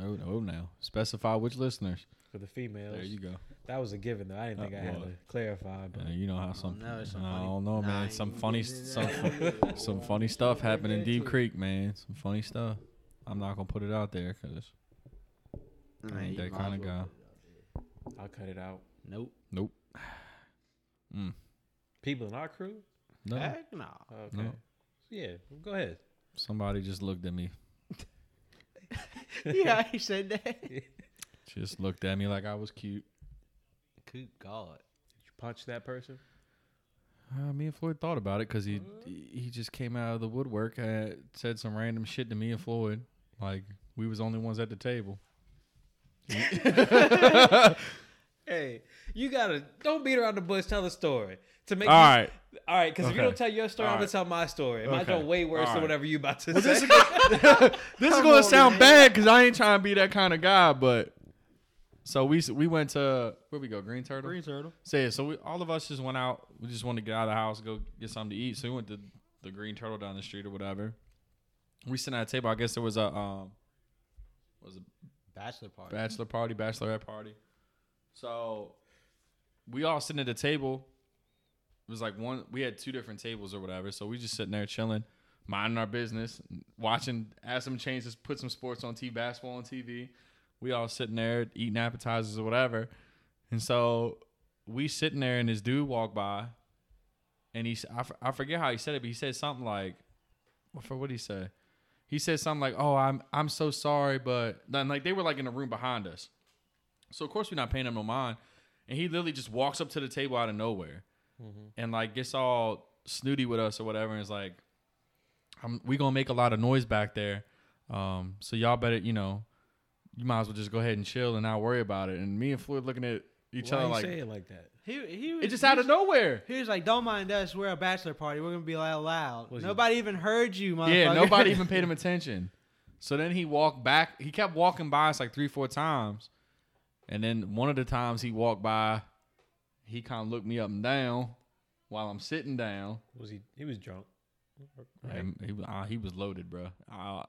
D: oh, oh, now specify which listeners.
A: for the females.
D: There you go.
A: That was a given, though. I didn't think
D: Uh,
A: I had
D: well.
A: to clarify, but
D: Uh, you know how some.
B: know, it's some
D: I
B: funny-
D: don't know, man.
B: Nah,
D: some
B: you
D: funny,
B: getting
D: some,
B: it
D: fu- some funny stuff happened in Deep
B: Bitches.
D: Creek, man. Some funny stuff. I'm not gonna put it out there because I ain't that kind of guy.
A: I'll cut it out.
B: Nope.
D: Nope. Mm.
A: People in our crew?
D: No,
B: Heck no.
A: Okay.
D: No.
A: Yeah, go ahead.
D: somebody just looked at me.
B: yeah, he said that.
D: Just looked at me like I was cute.
B: Coop God.
A: Did you punch that person?
D: Uh, me and Floyd thought about it because he he just came out of the woodwork, uh, said some random shit to me and Floyd. Like we was only ones at the table.
A: Hey, you gotta don't beat around the bush. Tell the story to make.
D: All right.
A: you, all right. Because if you
D: Okay.
A: don't tell your story,
D: All
A: I'm gonna
D: right.
A: tell my story. It might
D: Okay.
A: go way worse
D: All
A: than
D: right.
A: whatever you about to say.
D: this is gonna, this is gonna sound bad because I ain't trying to be that kind of guy, but so we we went to where we go Green Turtle.
B: turtle.
D: So yeah, so we all of us just went out. We just wanted to get out of the house, go get something to eat. So we went to the Green Turtle down the street or whatever. We sitting at a table. I guess there was a um, was a
B: Bachelor party.
D: bachelor party, bachelorette party. So we all sitting at a table. It was like one. We had two different tables or whatever. So we just sitting there chilling, minding our business, watching. Ask some changes, put some sports on TV, basketball on TV. We all sitting there eating appetizers or whatever. And so we sitting there, and this dude walked by, and he. s- I, f- I forget how he said it, but he said something like, "What for? What did he say?" he said something like, "Oh, I'm I'm so sorry," but then like they were like in a room behind us, so of course we're not paying him no mind, and he literally just walks up to the table out of nowhere,
A: Mm-hmm.
D: and like gets all snooty with us or whatever, and is like, "I'm we gonna make a lot of noise back there, um, so y'all better you know, you might as well just go ahead and chill and not worry about it." And me and Floyd looking at each
A: Why
D: other
A: you
D: like,
A: say it like that?
B: He, he was,
D: "It just out of nowhere."
B: He was like, "Don't mind us. We're a bachelor party. We're gonna be loud. loud.
A: Was he-
B: Nobody even heard you, motherfucker."
D: Yeah, nobody even paid him attention. So then he walked back. He kept walking by us like three, four times. And then one of the times he walked by, he kind of looked me up and down while I'm sitting down.
A: Was he? He was drunk.
D: And he, was- ah, he was loaded, bro. Ah,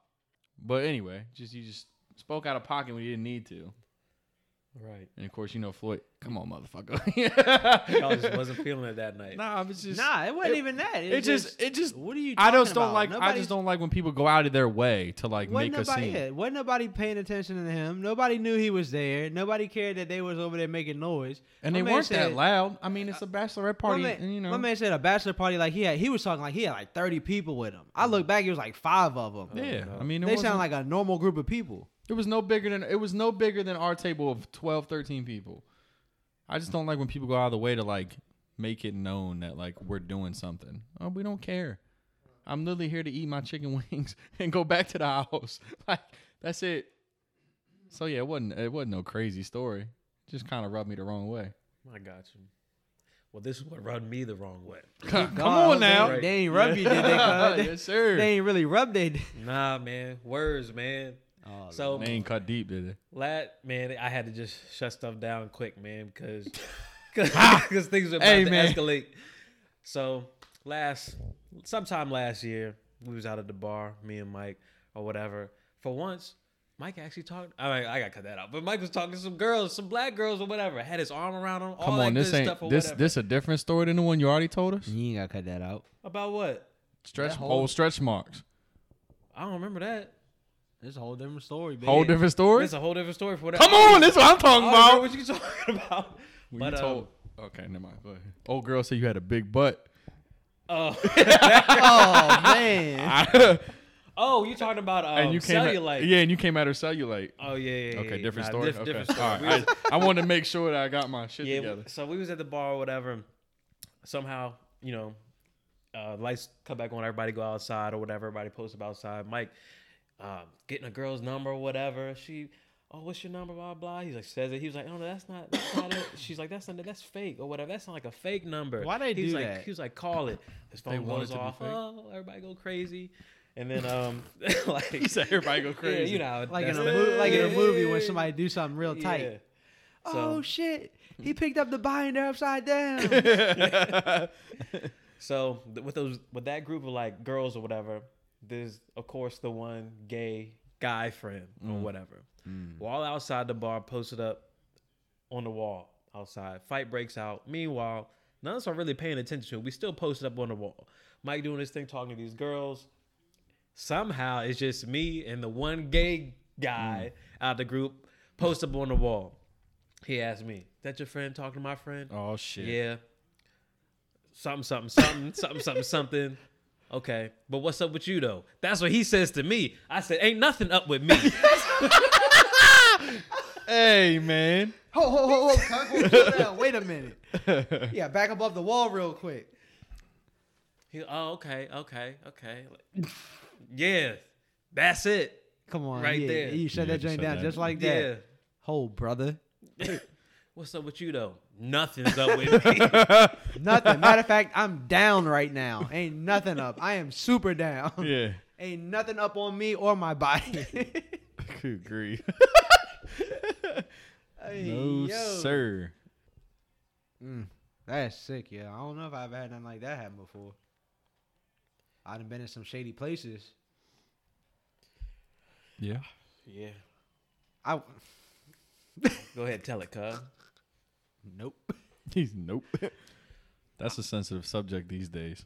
D: but anyway, just he just spoke out of pocket when he didn't need to.
A: Right.
D: And of course, you know Floyd. Come on, motherfucker.
A: Y'all just wasn't feeling it that night.
D: nah, I was just.
B: nah, it wasn't
D: it-
B: even that. It,
D: It just, it just.
B: What are you?
D: I
B: talking
D: just don't
B: about?
D: like. I
B: Nobody's-
D: just don't like when people go out of their way to like
B: Wasn't
D: make a
B: nobody,
D: scene.
B: yeah, wasn't nobody paying attention to him. Nobody knew he was there. Nobody cared that they was over there making noise.
D: And
B: My
D: they
B: man
D: weren't
B: said-
D: that loud. I mean, it's a bachelorette party,
B: my man,
D: and you know.
B: my man said a bachelor party like he had. He was talking like he had like thirty people with him. I look back, it was like five of them.
D: yeah,
A: no.
D: I mean, it
B: they
D: wasn't-
B: sound like a normal group of people.
D: it was no bigger than it was no bigger than our table of 12, 13 people. I just don't like when people go out of the way to like make it known that like we're doing something. Oh, we don't care. I'm literally here to eat my chicken wings and go back to the house. Like that's it. So yeah, it wasn't it wasn't no crazy story. Just kind of rubbed me the wrong way.
A: I got you. Well, this is what rubbed me the wrong way.
D: Come
B: Nah,
D: on now.
B: they, ain't- they ain't rub you, did they? cuz? They-
D: yes, sir.
B: They ain't really rubbed they.
A: Nah, man. Words, man. so,
D: They ain't cut deep, did they?
A: lat, man, I had to just shut stuff down quick, man, because because things were about
D: Hey,
A: to
D: man.
A: escalate. So, last sometime last year, we was out at the bar, me and Mike or whatever. For once, Mike actually talked. I mean, I gotta cut that out. But Mike was talking to some girls, some black girls or whatever. Had his arm around them. all
D: Come
A: that
D: on, this
A: good stuff or
D: ain't this
A: whatever.
D: this a different story than the one you already told us.
B: You ain't gotta cut that out.
A: about what?
D: Stretch
B: That
D: whole,
B: whole-
D: stretch marks.
A: I don't remember that.
B: It's a whole different story, baby.
D: Whole different story.
A: It's a whole different story for whatever.
D: Come on, this is what I'm
A: I
D: talking
A: don't remember
D: about.
A: what you talking about.
D: When
A: but
D: you
A: um,
D: told, okay, never mind. Go ahead. Old girl said you had a big butt.
A: oh,
B: Oh man.
D: and
A: oh, you talking about um,
D: you came at,
A: cellulite?
D: yeah, and you came at her cellulite.
A: Oh yeah, yeah, yeah,
D: okay,
A: yeah.
D: different
A: Nah,
D: story.
A: diff-
D: okay,
A: Different story.
D: all
A: We
D: right.
A: was-
D: I, I wanted to make sure that I got my shit
A: yeah,
D: together.
A: so we was at the bar or whatever. And somehow, you know, uh, lights come back on. Everybody go outside or whatever. Everybody post up outside. Mike um, getting a girl's number or whatever. She, oh, what's your number? Blah blah. He's like says it. He was like, oh no, that's not. That's not it. She's like, that's not. That's fake or whatever. That's not like a fake number.
B: Why they
A: He was
B: do
A: like,
B: that?
A: He was like, call it. His phone
D: want it
A: goes
D: to be
A: off.
D: fake?
A: Oh, everybody go crazy. And then um, like
D: He said everybody go
A: yeah,
D: crazy.
A: you know, how
B: Like in
A: that's
B: a
A: the-
B: movie, like in a
A: Yeah.
B: movie when somebody do something real
A: Yeah.
B: tight.
A: So-
B: Oh shit! He picked up the binder upside down.
A: So th- with those with that group of like girls or whatever, there's of course the one gay guy friend or whatever. We're all outside the bar, posted up on the wall outside. Fight breaks out. Meanwhile, none of us are really paying attention to it. We still posted up on the wall. Mike doing his thing, talking to these girls. Somehow it's just me and the one gay guy out the group post up on the wall. He asked me, "That your friend talking to my friend?"
D: oh shit.
A: Yeah. Something, something, something, something, something, something. Okay. But what's up with you though? That's what he says to me. I said, Ain't nothing up with me.
D: Hey man.
B: Ho ho ho ho! Cuck, hold down. Wait a minute. Yeah, back up off the wall real quick.
A: he, oh, okay, okay, okay. Like, yeah. That's it.
B: Come on,
A: Right
B: yeah,
A: there.
B: You shut
D: Yeah,
B: that joint
D: shut
B: down
D: that-
B: just like that.
A: Yeah.
B: Ho, brother.
A: What's up with you though? Nothing's up with me.
B: Nothing. Matter of fact, I'm down right now. Ain't nothing up. I am super down.
D: Yeah.
B: Ain't nothing up on me or my body.
D: Good grief.
B: Hey,
D: no
B: yo.
D: sir.
B: Mm, that's sick, yeah. I don't know if I've had nothing like that happen before. I done been in some shady places.
D: Yeah.
A: yeah.
B: I
A: Go ahead, tell it, cuz.
B: nope.
D: He's nope. That's a sensitive subject these days.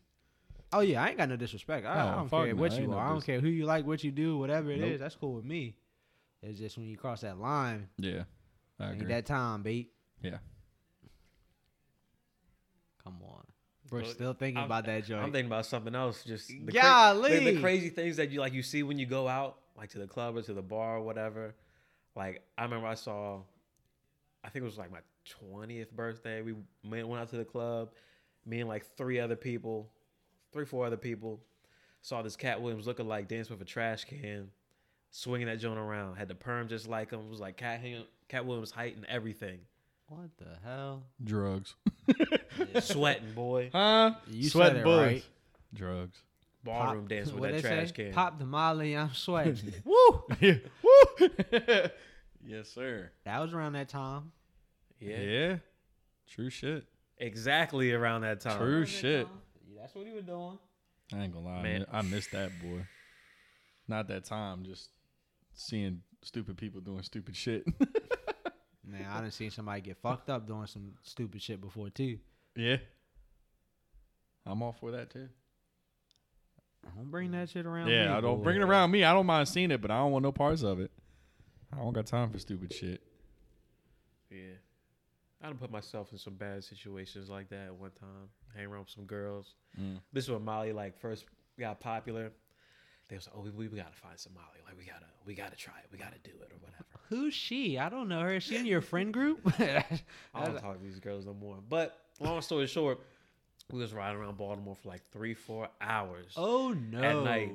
B: Oh yeah, I ain't got no disrespect. I, I
D: No,
B: don't
D: Oh, fuck
B: care
D: no,
B: what
D: I ain't
B: you
D: no
B: are. I don't
D: dis-
B: care who you like, what you do, whatever it is.
D: Nope.
B: That's cool with me. It's just when you cross that line,
D: Yeah. I
B: ain't
D: agree.
B: that time, beat.
D: yeah.
B: Come on, we're
A: Look,
B: still thinking
A: I'm-
B: about that joint.
A: I'm thinking about something else. Just the, cra-
B: Golly.
A: the- the crazy things that you like you see when you go out, like to the club or to the bar or whatever. Like I remember I saw, I think it was like my twentieth birthday. We went went out to the club, me and like three other people, three four other people. Saw this Cat Williams looking like dance with a trash can, swinging that joint around. Had the perm just like him. Was like Cat Hil- Cat Williams height and everything.
B: what the hell?
D: Drugs.
A: Sweating boy.
D: Huh?
B: You
D: Sweat
B: said it
D: bullets.
B: right.
D: Drugs.
A: ballroom
B: Pop-
A: dance with
B: what
A: that
B: they
A: trash
B: say?
A: can.
B: Pop the Molly, I'm sweating.
D: Woo! yeah. Woo! yes, sir.
B: that was around that time.
A: Yeah.
D: True shit.
A: exactly around that time.
D: True. shit.
B: Yeah, that's what he was doing.
D: I ain't gonna lie,
A: Man.
D: man. I missed that boy. Not that time, just seeing stupid people doing stupid shit.
B: Man, I done seen somebody get fucked up doing some stupid shit before too.
D: yeah. I'm all for that too.
B: Don't bring that shit around. me,
D: yeah, I don't
B: boy.
D: bring it around me. I don't mind seeing it, but I don't want no parts of it. I don't got time for stupid shit.
A: Yeah. I done put myself in some bad situations like that at one time. Hang around with some girls.
D: Mm.
A: This is when Molly like first got popular. They was like, oh, we, we gotta find some Molly. Like we gotta we gotta try it. We gotta do it or whatever.
B: Who's she? I don't know her. Is she in your friend group?
A: I don't talk to these girls no more. But long story short, we was riding around Baltimore for like three, four hours.
B: oh no.
A: night.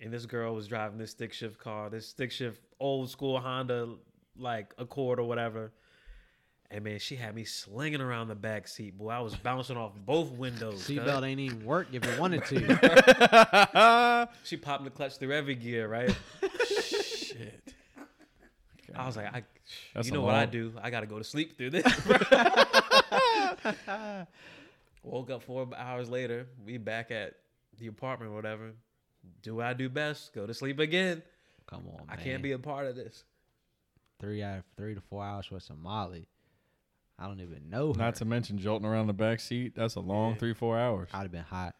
A: And this girl was driving this stick shift car, this stick shift old school Honda, like Accord or whatever. And man, she had me slinging around the back seat, boy. I was bouncing off both windows.
B: Seatbelt
A: cuz.
B: ain't even work if it wanted to.
A: She popped the clutch through every gear, right?
D: shit.
A: I was like, I,
D: That's
A: you
D: a
A: know what I
D: long-
A: do? I gotta go to sleep through this. Woke up four hours later. We back at the apartment, or whatever. Do what I do best. Go to sleep again.
B: Come on,
A: I can't be a part of this.
B: three out three to four hours for some Molly. I don't even know her.
D: Not to mention jolting around the back seat. That's a long
A: Yeah.
D: three, four hours.
B: I'd have been hot.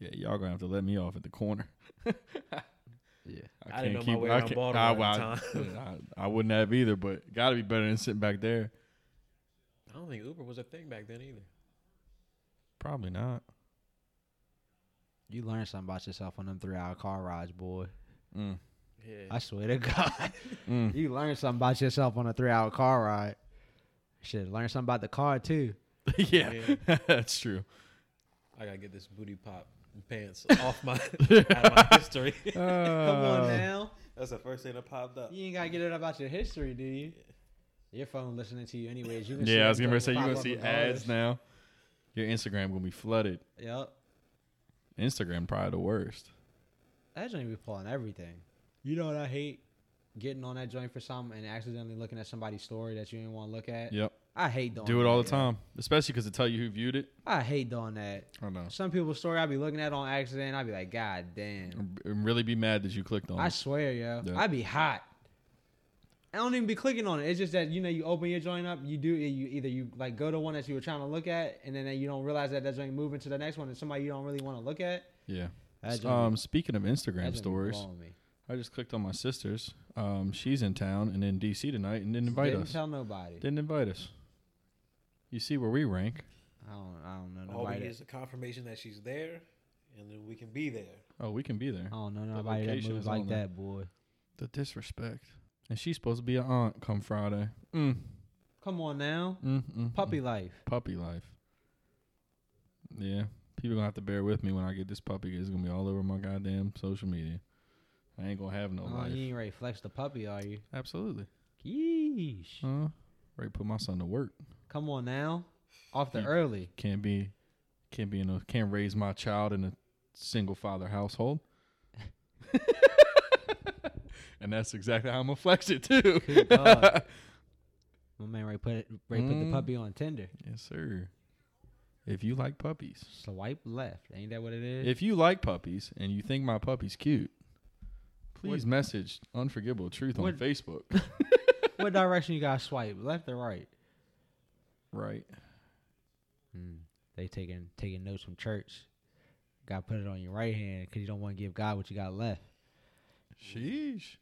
D: Yeah, y'all gonna have to let me off at the corner.
B: Yeah.
A: I didn't know my way
D: I
A: around
D: can't-
A: Baltimore
D: I,
A: at the
D: I- I wouldn't have either, but gotta be better than sitting back there.
A: I don't think Uber was a thing back then either.
D: Probably not.
B: You learn something about yourself on them three hour car rides, boy.
D: Mm.
A: Yeah.
B: I swear to God.
D: Mm.
B: you learn something about yourself on a three hour car ride. Shit, learn something about the car too.
D: yeah, that's true.
A: I, gotta get this booty pop pants off my, out of my history.
D: Uh,
B: now.
A: That's the first thing that popped up.
B: You ain't gotta get it about your history, do you? Your phone listening to you anyways. You can see
D: Uh, Yeah, I was
B: them
D: gonna
B: things
D: say you
B: pop
D: gonna
B: up
D: see
B: regardless.
D: ads now. Your Instagram gonna be flooded.
B: Yep.
D: Instagram probably the worst.
B: That joint be pulling everything. You know what I hate? Getting on that joint for something and accidentally looking at somebody's story that you didn't want to look at.
D: Yep,
B: I hate doing
D: do it all the
B: that, yo.
D: time, especially because it tell you who viewed it.
B: I hate doing that.
D: I know.
B: Some people's story I be looking at on accident. I be like, God damn.
D: And really be mad that you clicked on.
B: I
D: it.
B: swear, yo.
D: Yeah.
B: I be hot. I don't even be clicking on it. It's just that you know you open your joint up, you do you either you like go to one that you were trying to look at, and then you don't realize that that joint moving to the next one and somebody you don't really want to look at.
D: yeah.
B: That joint
D: Um,
B: be-
D: speaking of
B: that joint
D: Instagram
B: be
D: stories,
B: blowing me.
D: I just clicked on my sister's. Um, she's in town and in DC tonight, and didn't invite
B: Didn't
D: us.
B: tell nobody.
D: Didn't invite us. You see where we rank.
B: I don't. I don't know
A: All we
B: nobody.
A: need
B: that-
A: is a confirmation that she's there, and then we can be there.
D: Oh, we can be there.
B: I don't know
D: The
B: nobody that
D: location
B: moves
D: is
B: like
D: on there.
B: that, boy.
D: The disrespect. And she's supposed to be an aunt come Friday. Mm,
B: Come on now,
D: mm, mm,
B: puppy
D: mm.
B: life.
D: puppy life. Yeah, people gonna have to bear with me when I get this puppy. 'cause It's gonna be all over my goddamn social media. I ain't gonna have no
B: Oh,
D: life.
B: you ain't ready to flex the puppy, are you?
D: Absolutely.
B: Yeesh.
D: Huh? Ready to put my son to work.
B: Come on now, off the
D: Mm.
B: early.
D: Can't be, can't be in a, can't raise my child in a single father household. and that's exactly how I'm gonna flex it too.
B: Good God. My man, Ray put it, Ray put the
D: Mm.
B: puppy on Tinder.
D: Yes, sir. If you like puppies,
B: Swipe left. Ain't that what it is?
D: if you like puppies and you think my puppy's cute, please
B: What-
D: message Unforgivable Truth
B: What-
D: on Facebook.
B: what direction you got to swipe? Left or right?
D: right.
B: Mm. They taking taking notes from church. Got to put it on your right hand because you don't want to give God what you got left.
D: Sheesh.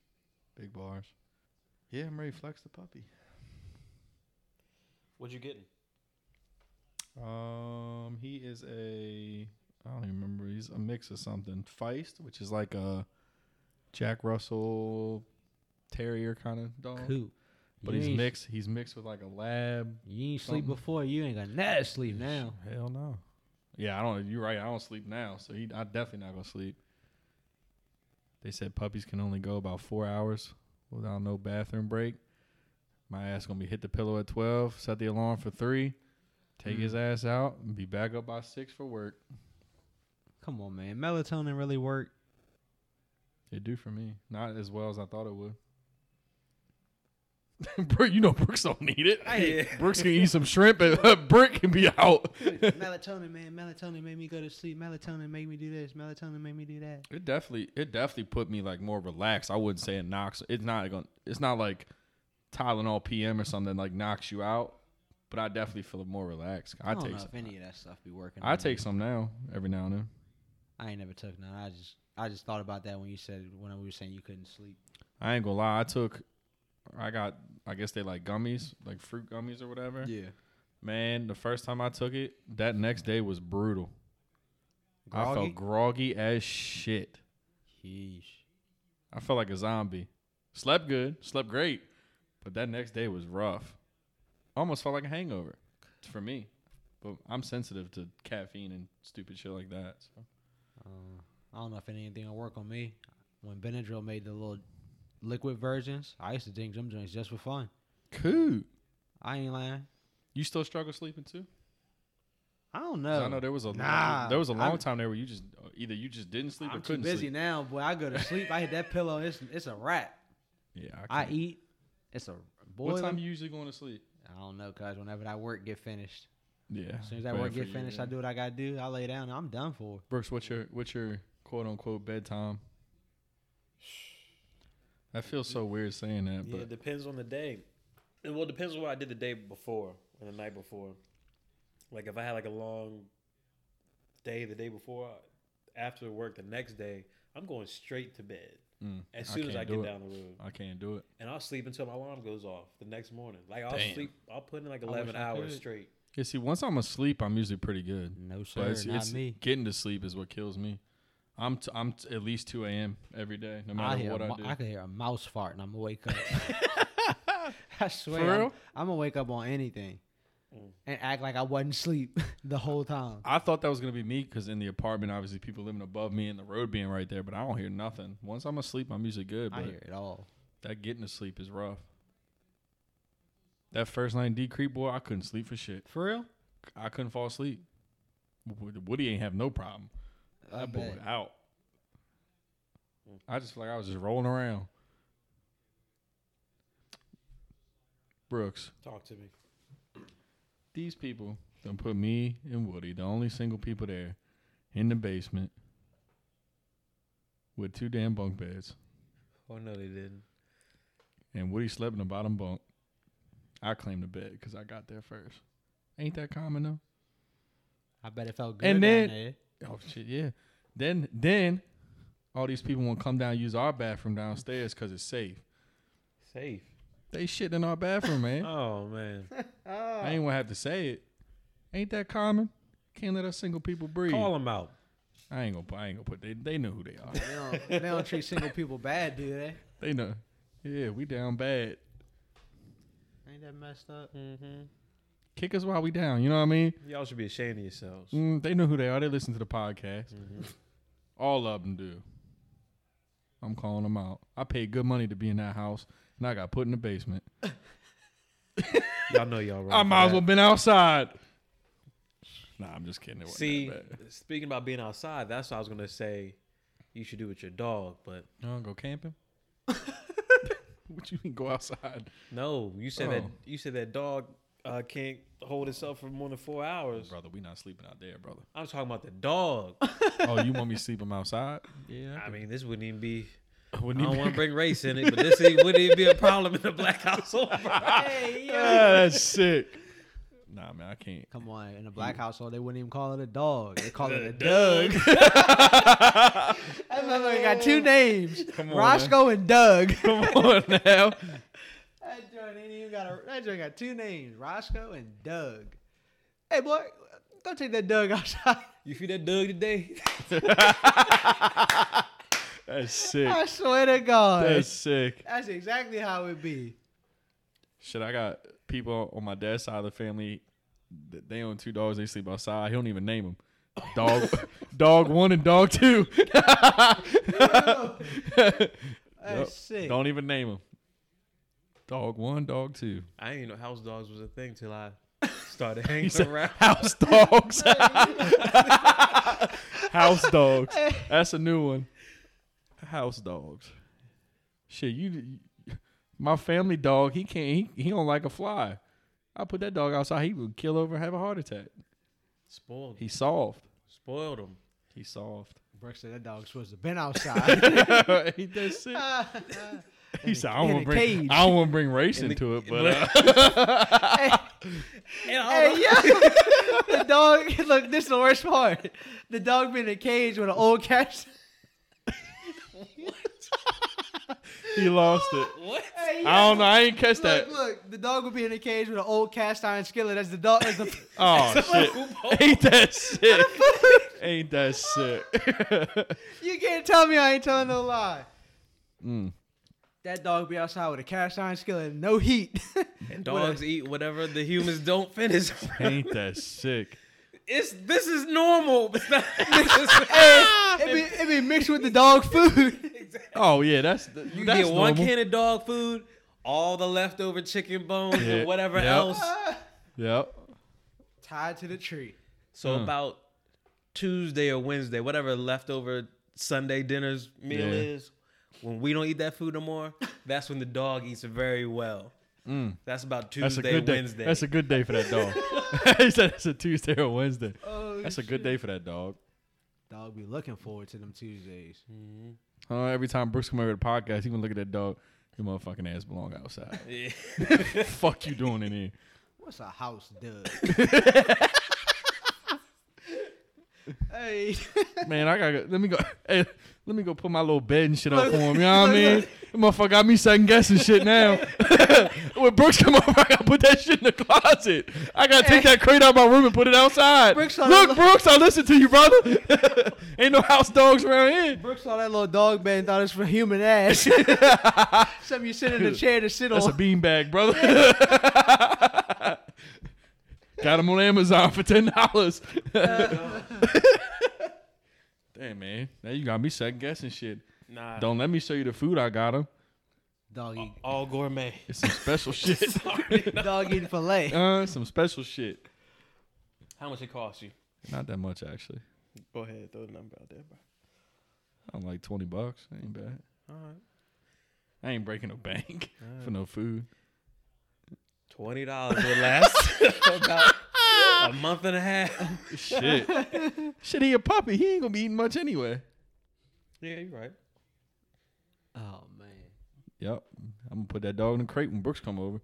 D: Big bars. Yeah, I'm ready to flex the puppy.
A: What you getting?
D: Um, he is a I don't even remember. He's a mix of something. Feist, which is like a Jack Russell terrier kind of dog,
B: Coop.
D: Oh. but
B: You
D: he's
B: ain't-
D: mixed. He's mixed with like a lab.
B: You ain't sleep
D: something.
B: before. You ain't got nothing to sleep now.
D: Hell no. Yeah, I don't. You're right. I don't sleep now, so he, I definitely not gonna sleep. They said puppies can only go about four hours without no bathroom break. My ass gonna be hit the pillow at twelve. Set the
B: Mm.
D: alarm for three. Take his ass out and be back up by six for work.
B: Come on, man. Melatonin really worked.
D: It do for me. Not as well as I thought it would. Brooke, you know Brooks don't need it.
A: Yeah.
D: Brooks can eat some shrimp and Brick can be out.
B: melatonin, man. Melatonin made me go to sleep. Melatonin made me do this. Melatonin made me do that.
D: It definitely it definitely put me like more relaxed. I wouldn't say it knocks. It's not going. It's not like Tylenol PM or something like knocks you out. But I definitely feel more relaxed. I,
B: I, don't
D: take
B: know
D: some,
B: if any of that stuff be working.
D: I
B: on
D: take
B: me.
D: some now every now and then.
B: I ain't never took none. I just I just thought about that when you said when we were saying you couldn't sleep.
D: I ain't gonna lie. I took. I got. I guess they like gummies, like fruit gummies or whatever.
B: Yeah.
D: Man, the first time I took it, that next day was brutal. I
B: Groggy?
D: felt groggy as shit.
B: Yeesh.
D: I felt like a zombie. Slept good, slept great, but that next day was rough. Almost felt like a hangover for me. But I'm sensitive to caffeine and stupid shit like that. So.
B: Uh, I don't know if anything will work on me. When Benadryl made the little liquid versions, I used to drink them joints just for fun.
D: Cool.
B: I ain't lying.
D: You still struggle sleeping too?
B: I don't
D: 'Cause
B: know.
D: I know there was a
B: Nah,
D: there was a long
B: I'm-
D: time there where you just either you just didn't sleep or
B: I'm too
D: couldn't
B: busy
D: sleep.
B: now, boy. I go to sleep. I hit that pillow. It's it's a wrap.
D: Yeah,
B: I
D: can't.
B: eat. It's a boiling.
D: What time you usually going to sleep?
B: I don't know, cause whenever that work get finished,
D: Yeah.
B: as soon as that work get finished, I do what I gotta do. I lay down. I'm done for.
D: Brooks, what's your what's your quote unquote bedtime? That feels so weird saying that,
A: Yeah,
D: but
A: it depends on the day. And well, it depends on what I did the day before and the night before. Like if I had like a long day the day before, after work the next day, I'm going straight to bed
D: mm,
A: as soon as
D: can't
A: I
D: do
A: get
D: it.
A: down the road,
D: I can't do it.
A: and I'll sleep until my alarm goes off the next morning. Like I'll
D: Damn.
A: sleep, I'll put in like
B: wish
A: 11
B: I
A: hours
B: could.
A: straight.
D: Yeah, see, once I'm asleep, I'm usually pretty good.
B: No sir,
D: But it's,
B: not
D: it's
B: me.
D: getting to sleep is what kills me. I'm t- I'm t- at least 2 a.m. every day, no
B: I
D: matter
B: hear
D: what
B: a
D: I
B: mo-
D: do.
B: I can hear a mouse fart and I'm gonna wake up. I swear,
D: For
B: I'm-
D: real?
B: I'm, gonna wake up on anything
A: Mm.
B: and act like I wasn't asleep the whole time.
D: I thought that was gonna be me because in the apartment, obviously, people living above me and the road being right there, but I don't hear nothing. Once I'm asleep, I'm usually good.
B: I
D: But
B: hear it all.
D: that getting to sleep is rough. That first night in D Creek, boy, I couldn't sleep for shit.
B: For real?
D: I couldn't fall asleep. Wo- Woody ain't have no problem.
B: I
D: That boy
B: bet.
D: was out. I just feel like I was just rolling around. Brooks,
A: Talk to me.
D: these people done put me and Woody, the only single people there, in the basement with two damn bunk beds.
A: Oh no, they didn't.
D: And Woody slept in the bottom bunk. I claimed the bed because I got there first. Ain't that common though?
B: I bet it felt good.
D: And
B: down
D: then-
B: there.
D: Oh shit, yeah. Then then all these people won't come down and use our bathroom downstairs because it's safe.
A: Safe.
D: They shit in our bathroom, man.
A: Oh man,
D: I ain't gonna have to say it. Ain't that common? Can't let us single people breathe.
A: call them out.
D: I ain't gonna. pu- I ain't gonna put. They they know who they are.
B: they, don't, they don't treat single people bad, do they?
D: they know. Yeah, we down bad.
B: Ain't that messed up?
A: Mm-hmm.
D: Kick us while we down. You know what I mean?
A: Y'all should be ashamed of yourselves.
D: Mm, they know who they are. They listen to the podcast.
A: Mhm.
D: All of them do. I'm calling them out. I paid good money to be in that house, and I got put in the basement.
A: Y'all know y'all wrong.
D: I
A: for
D: might as
A: that.
D: well been outside. Nah, I'm just kidding. It wasn't
A: See,
D: that bad.
A: speaking about being outside, that's what I was gonna say. You should do with your dog, but
D: you wanna go camping? what you mean go outside?
A: no, you said that
D: Oh.
A: you said that dog uh, can't hold itself for more than four hours.
D: Brother, we not sleeping out there, brother.
A: I'm talking about the dog.
D: oh, you want me sleeping outside? Yeah.
A: I mean, this wouldn't even be. I
D: wouldn't
A: don't
D: even-
A: want to bring race in it, but this ain't- wouldn't even be a problem in a black household.
B: Hey, yo.
D: Ah, that's sick. Nah, man, I can't.
B: Come on, in a black household, they wouldn't even call it a dog. They call it a duck.
D: Doug.
B: That motherfucker got two names,
D: Come on,
B: Roscoe and Doug.
D: Come on now.
B: That joint ain't even got a. That joint got two names, Roscoe and Doug. Hey boy, go take that Doug outside.
A: You feed that dog today?
D: That's sick.
B: I swear to God,
D: That's
B: that's,
D: sick.
B: exactly how it be.
D: Shit, I got people on my dad's side of the family. th- They own two dogs. They sleep outside. He don't even name them. Dog, dog one and dog two.
B: That's
D: Yup.
B: sick.
D: Don't even name them. Dog one, dog two.
A: I didn't know house dogs was a thing till I started hanging
D: He said,
A: around.
D: house dogs. House dogs. That's a new one. House dogs. Shit, you. My family dog, he can't. He, he don't like a fly. I put that dog outside, he would kill over and have a heart attack.
A: Spoiled.
D: He soft.
A: spoiled him.
D: He soft.
B: Brooks said that dog's supposed to have been outside.
D: he does it. He said, I don't
B: in
D: want to
B: a
D: bring.
B: cage."
D: I don't want to bring race into it, but uh,
A: And I
B: hey,
A: don't-
B: yo. The dog, look, this is the worst part. The dog been in a cage with an old cat.
D: he lost it.
A: What?
B: Hey,
D: I don't know. I ain't catch
B: Look,
D: that.
B: look, the dog would be in a cage with an old cast iron skillet as the dog. As the,
D: Oh shit! ain't that sick? ain't that sick?
B: you can't tell me I ain't telling no lie.
D: Mm.
B: That dog be outside with a cast iron skillet, and no heat.
A: And dogs eat whatever the humans don't finish.
D: ain't that sick?
A: it's this is normal. It's not,
B: it, be, it be mixed with the dog food.
D: Oh yeah, that's
A: you
D: that's
A: get one
D: normal.
A: can of dog food, all the leftover chicken bones
D: Yeah,
A: and whatever
D: yep.
A: else.
D: Yep.
B: Tied to the tree.
A: So
D: Mm.
A: about Tuesday or Wednesday, whatever leftover Sunday dinner's meal
D: Yeah.
A: is, when we don't eat that food no more, that's when the dog eats it very well. That's about
D: Mm.
A: Tuesday,
D: That's a good day.
A: Wednesday.
D: That's a good day for that dog. he said it's a Tuesday or Wednesday.
B: Oh,
D: That's a good day for that dog.
B: dog be looking forward to them Tuesdays.
D: Uh, every time Brooks come over to the podcast, he gonna look at that dog. Your motherfucking ass belong outside.
A: Yeah.
D: Fuck you doing in here?
B: What's a house dog? hey,
D: Man, I gotta go. let me go. Hey, let me go put my little bed and shit up for him. You know what I mean? That motherfucker got me second guessing shit now. when Brooks come over, I gotta put that shit in the closet. I gotta take that crate out of my room and put it outside.
B: Brooks, I
D: Look,
B: don't-
D: Brooks, I listen to you, brother. Ain't no house dogs around here.
B: Brooks saw that little dog bed and thought it's for human ass. Something you sit in a chair to sit
D: That's a
B: on.
D: beanbag, brother. Got him on Amazon for ten dollars. Damn man, now you got me second guessing shit.
A: Nah.
D: Don't let me show you the food I got him.
B: dog, eat,
A: All gourmet.
D: It's some special shit.
B: dog eating filet.
D: Uh, some special shit.
A: How much it cost you?
D: Not that much actually.
A: Go ahead, throw the number out there, bro.
D: I'm like twenty bucks. Ain't bad.
A: All right.
D: I ain't breaking a bank for no food.
A: Twenty dollars would last about a month and a half.
D: Shit. shit, he a puppy. He ain't gonna be eating much anyway.
A: Yeah, you're right.
B: Oh man,
D: Yep. I'm gonna put that dog in the crate when Brooks come over.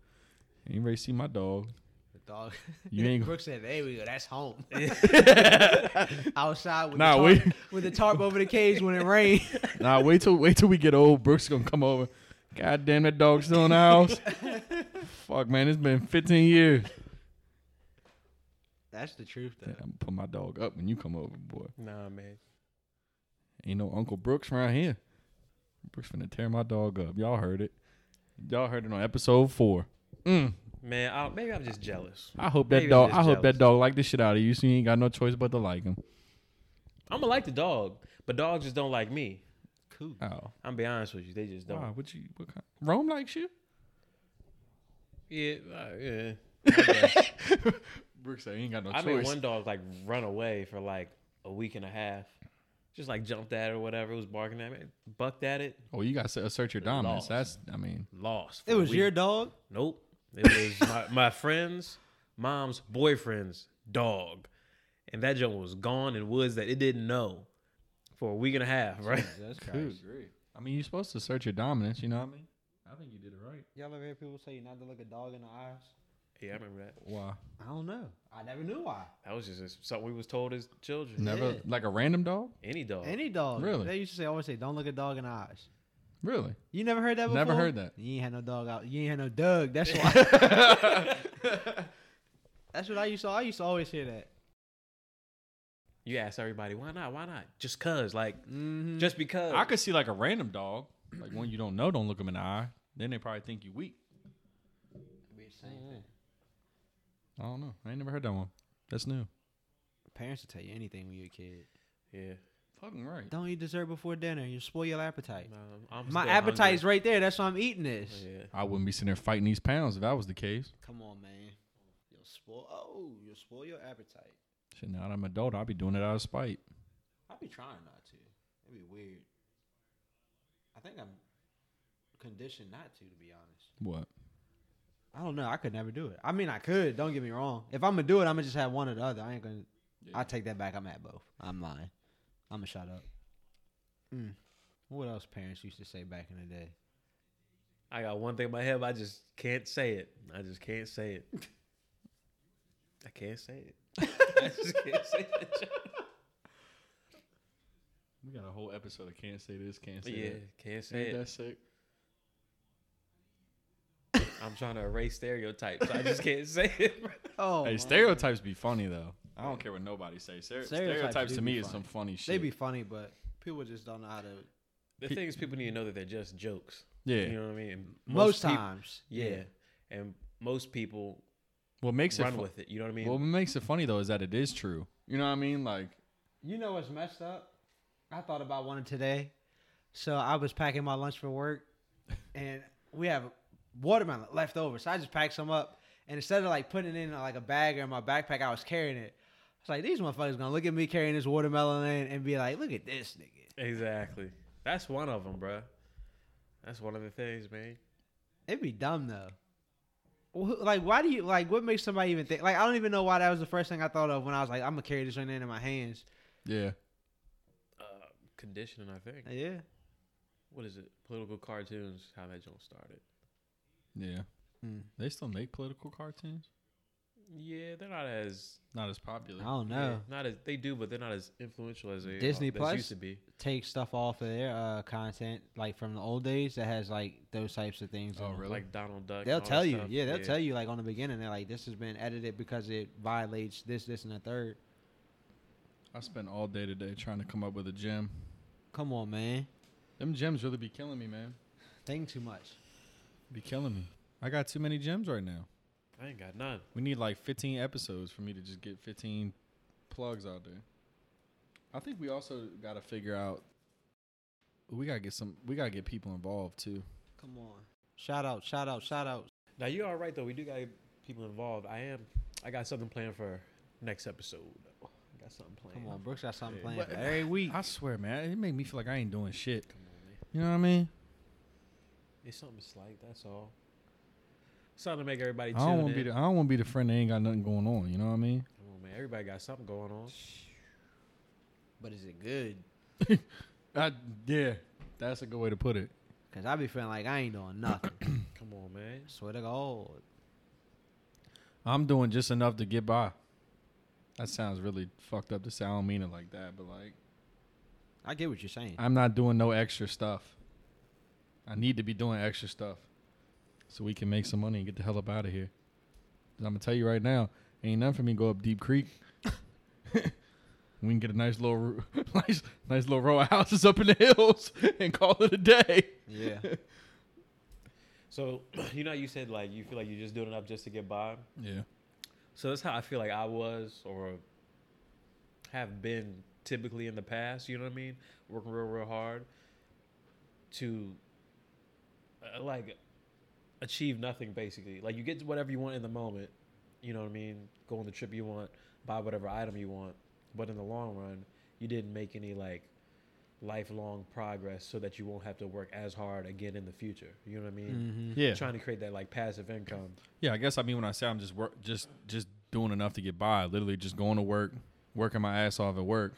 D: Ain't ready to see my dog.
B: the dog.
D: You ain't
B: Brooks said, "There we go. That's home." Outside with
D: Nah,
B: the tarp,
D: we-
B: with the tarp over the cage when it rained.
D: Nah, wait till wait till we get old. Brooks gonna come over. God damn, that dog's still in the house. Fuck, man, it's been 15 years.
B: That's the truth,
D: Damn,
B: though.
D: I'm put my dog up when you come over, boy.
A: Nah, man.
D: Ain't no Uncle Brooks around here. Brooks finna tear my dog up. Y'all heard it. Y'all heard it on episode four. Mm.
A: Man, I, maybe I'm just jealous.
D: I hope that
A: Maybe I'm
D: dog.
A: just
D: I hope
A: jealous.
D: that dog like the shit out of you, so you ain't got no choice but to like him.
A: I'm gonna like the dog, but dogs just don't like me. Cool.
D: Oh,
A: I'm be honest with you, they just don't.
D: wow. What you? What kind? Rome likes you.
A: Yeah, uh, yeah.
D: Brooks, I ain't got no
A: I made one dog like run away for like a week and a half. Just like jumped at it or whatever. It was barking at me. Bucked at it.
D: Oh, you gotta assert your dominance.
A: Lost.
D: That's. I mean,
A: Lost. for
B: It
A: a
B: was
A: week.
B: your dog.
A: Nope. It was my, my friend's mom's boyfriend's dog. And that junk was gone in woods that it didn't know for a week and a half, right?
B: That's
D: I mean, you're supposed to assert your dominance. You know what I mean? I think you did it right.
B: Y'all ever hear people say not to look a dog in the eyes?
A: Yeah, I remember that.
D: Why?
B: I don't know. I never knew why.
A: That was just something we was told as children.
D: Never
B: Yeah.
D: like a random dog.
A: Any dog.
B: Any dog.
D: Really?
B: They used to say always say don't look a dog in the eyes.
D: Really?
B: You never heard that before?
D: Never heard that.
B: You ain't had no dog out. You ain't had no Doug. That's why. That's what I used to. I used to always hear that.
A: you ask everybody, why not? Why not? Just cause. Like,
B: Mm-hmm.
A: just because.
D: I could see like a random dog, like one you don't know. Don't look them in the eye. Then they probably think you weak.
B: Mm-hmm.
D: I don't know. I ain't never heard that one. That's new.
B: Parents will tell you anything when you're a kid.
A: yeah.
D: Fucking right.
B: Don't eat dessert before dinner. You spoil your appetite.
A: Um, I'm
B: My
A: still
B: appetite's
A: hungry.
B: right there. That's why I'm eating this.
A: Oh, Yeah.
D: I wouldn't be sitting there fighting these pounds if that was the case.
B: Oh, Come on, man. You'll spoil. Oh, you'll spoil your appetite.
D: Shit, now that I'm an adult, I'll be doing it out of spite.
B: I'd be trying not to. It'd be weird. I think I'm conditioned not to, to be honest.
D: What?
B: I don't know. I could never do it. I mean, I could. Don't get me wrong. If I'm gonna do it, I'm gonna just have one or the other. I ain't gonna. I take that back. I'm at both. I'm lying. I'm gonna shut up. Mm. What else parents used to say back in the day?
A: I got one thing in my head, but I just can't say it. I just can't say it. I can't say it. I just can't say that. shit.
D: We got a whole episode of can't say this, can't say
A: Yeah,
D: that.
A: can't
D: Ain't
A: say it.
D: that sick?
A: I'm trying to erase stereotypes. I just can't say it. bro.
B: Oh,
D: hey, stereotypes be funny though. I don't care what nobody says. Stere-
B: Stereotypes
D: Stereotypes,
B: do
D: to
B: be
D: me is
B: funny.
D: some funny shit.
B: They be funny, but people just don't know how to.
A: The thing is, people need to know that they're just jokes.
D: yeah.
A: You know what I mean? And
B: Most,
A: peop-
B: times,
A: yeah. And most people
D: What makes it
A: run
D: fu-
A: with it. You know what I mean?
D: what makes it funny though is that it is true. You know what I mean? Like
B: You know what's messed up? I thought about one today. So I was packing my lunch for work, and we have watermelon left over. So I just packed some up, and instead of like putting it in like a bag or in my backpack, I was carrying it. I was like, these motherfuckers gonna look at me carrying this watermelon in and be like, look at this nigga.
A: exactly. That's one of them, bro. That's one of the things, man.
B: It'd be dumb though. Wh- Like, why do you like? What makes somebody even think? Like, I don't even know why that was the first thing I thought of when I was like, I'm gonna carry this right in in my hands.
D: yeah.
A: Uh, conditioning, I think.
B: Yeah,
A: What is it? Political cartoons. How that joke started.
D: Yeah.
B: Mm.
D: They still make political cartoons?
A: Yeah, they're not as
D: Not as
B: I
D: popular.
B: don't know.
A: Yeah, not as they do, but they're not as influential as they
B: Disney
A: as
B: Plus?
A: used to be.
B: take stuff off of their uh, content, like from the old days that has like those types of things.
D: Oh,
B: in it.
D: really?
A: Like Donald Duck.
B: They'll
A: and all
B: tell
A: that
B: you,
A: stuff.
B: yeah, they'll tell you like on the beginning. They're like, this has been edited because it violates this, this, and the third.
D: I spent all day today trying to come up with a gem.
B: Come on, man,
D: Them gems really be killing me, man.
B: think too much.
D: Be killing me. I got too many gems right now.
A: I ain't got none.
D: We need like 15 episodes for me to just get 15 plugs out there. I think we also got to figure out we got to get some we got to get people involved too.
B: Come on, shout out, shout out, shout out.
A: Now you are right though. We do got people involved. I am. I got something planned for next episode. though. I got something planned.
B: Come on, Brooks got something
A: Yeah.
B: planned
D: But-
B: for every week.
D: I swear, man, it made me feel like I ain't doing shit.
A: Come on, man.
D: You know what I mean?
A: It's something slight. That's all. Something to make everybody.
D: I don't
A: tune
D: want to
A: in.
D: be the, I don't want to be the friend that ain't got nothing going on, you know what I mean?
A: Come on, man. Everybody got something going on.
B: But is it good?
D: I, yeah, that's a good way to put it.
B: Cause I be feeling like I ain't doing nothing.
A: Come on, man.
B: Swear to God,
D: I'm doing just enough to get by. That sounds really fucked up to say. I don't mean it like that, but like
B: I get what you're saying.
D: I'm not doing no extra stuff. I need to be doing extra stuff so we can make some money and get the hell up out of here. I'm gonna tell you right now, ain't nothing for me to go up Deep Creek. we can get a nice little, ro- nice, nice little row of houses up in the hills and call it a day.
B: Yeah,
A: So you know, how you said like you feel like you're just doing enough just to get by.
D: Yeah.
A: So that's how I feel like I was or have been typically in the past, you know what I mean? Working real, real hard to uh, like achieve nothing basically. Like you get whatever you want in the moment, you know what I mean? Go on the trip you want, buy whatever item you want. But in the long run, you didn't make any like lifelong progress so that you won't have to work as hard again in the future. You know what I mean?
B: hmm
D: Yeah.
A: Trying to create that like passive income.
D: Yeah, I guess I mean when I say I'm just work, just just doing enough to get by. Literally just going to work, working my ass off at work,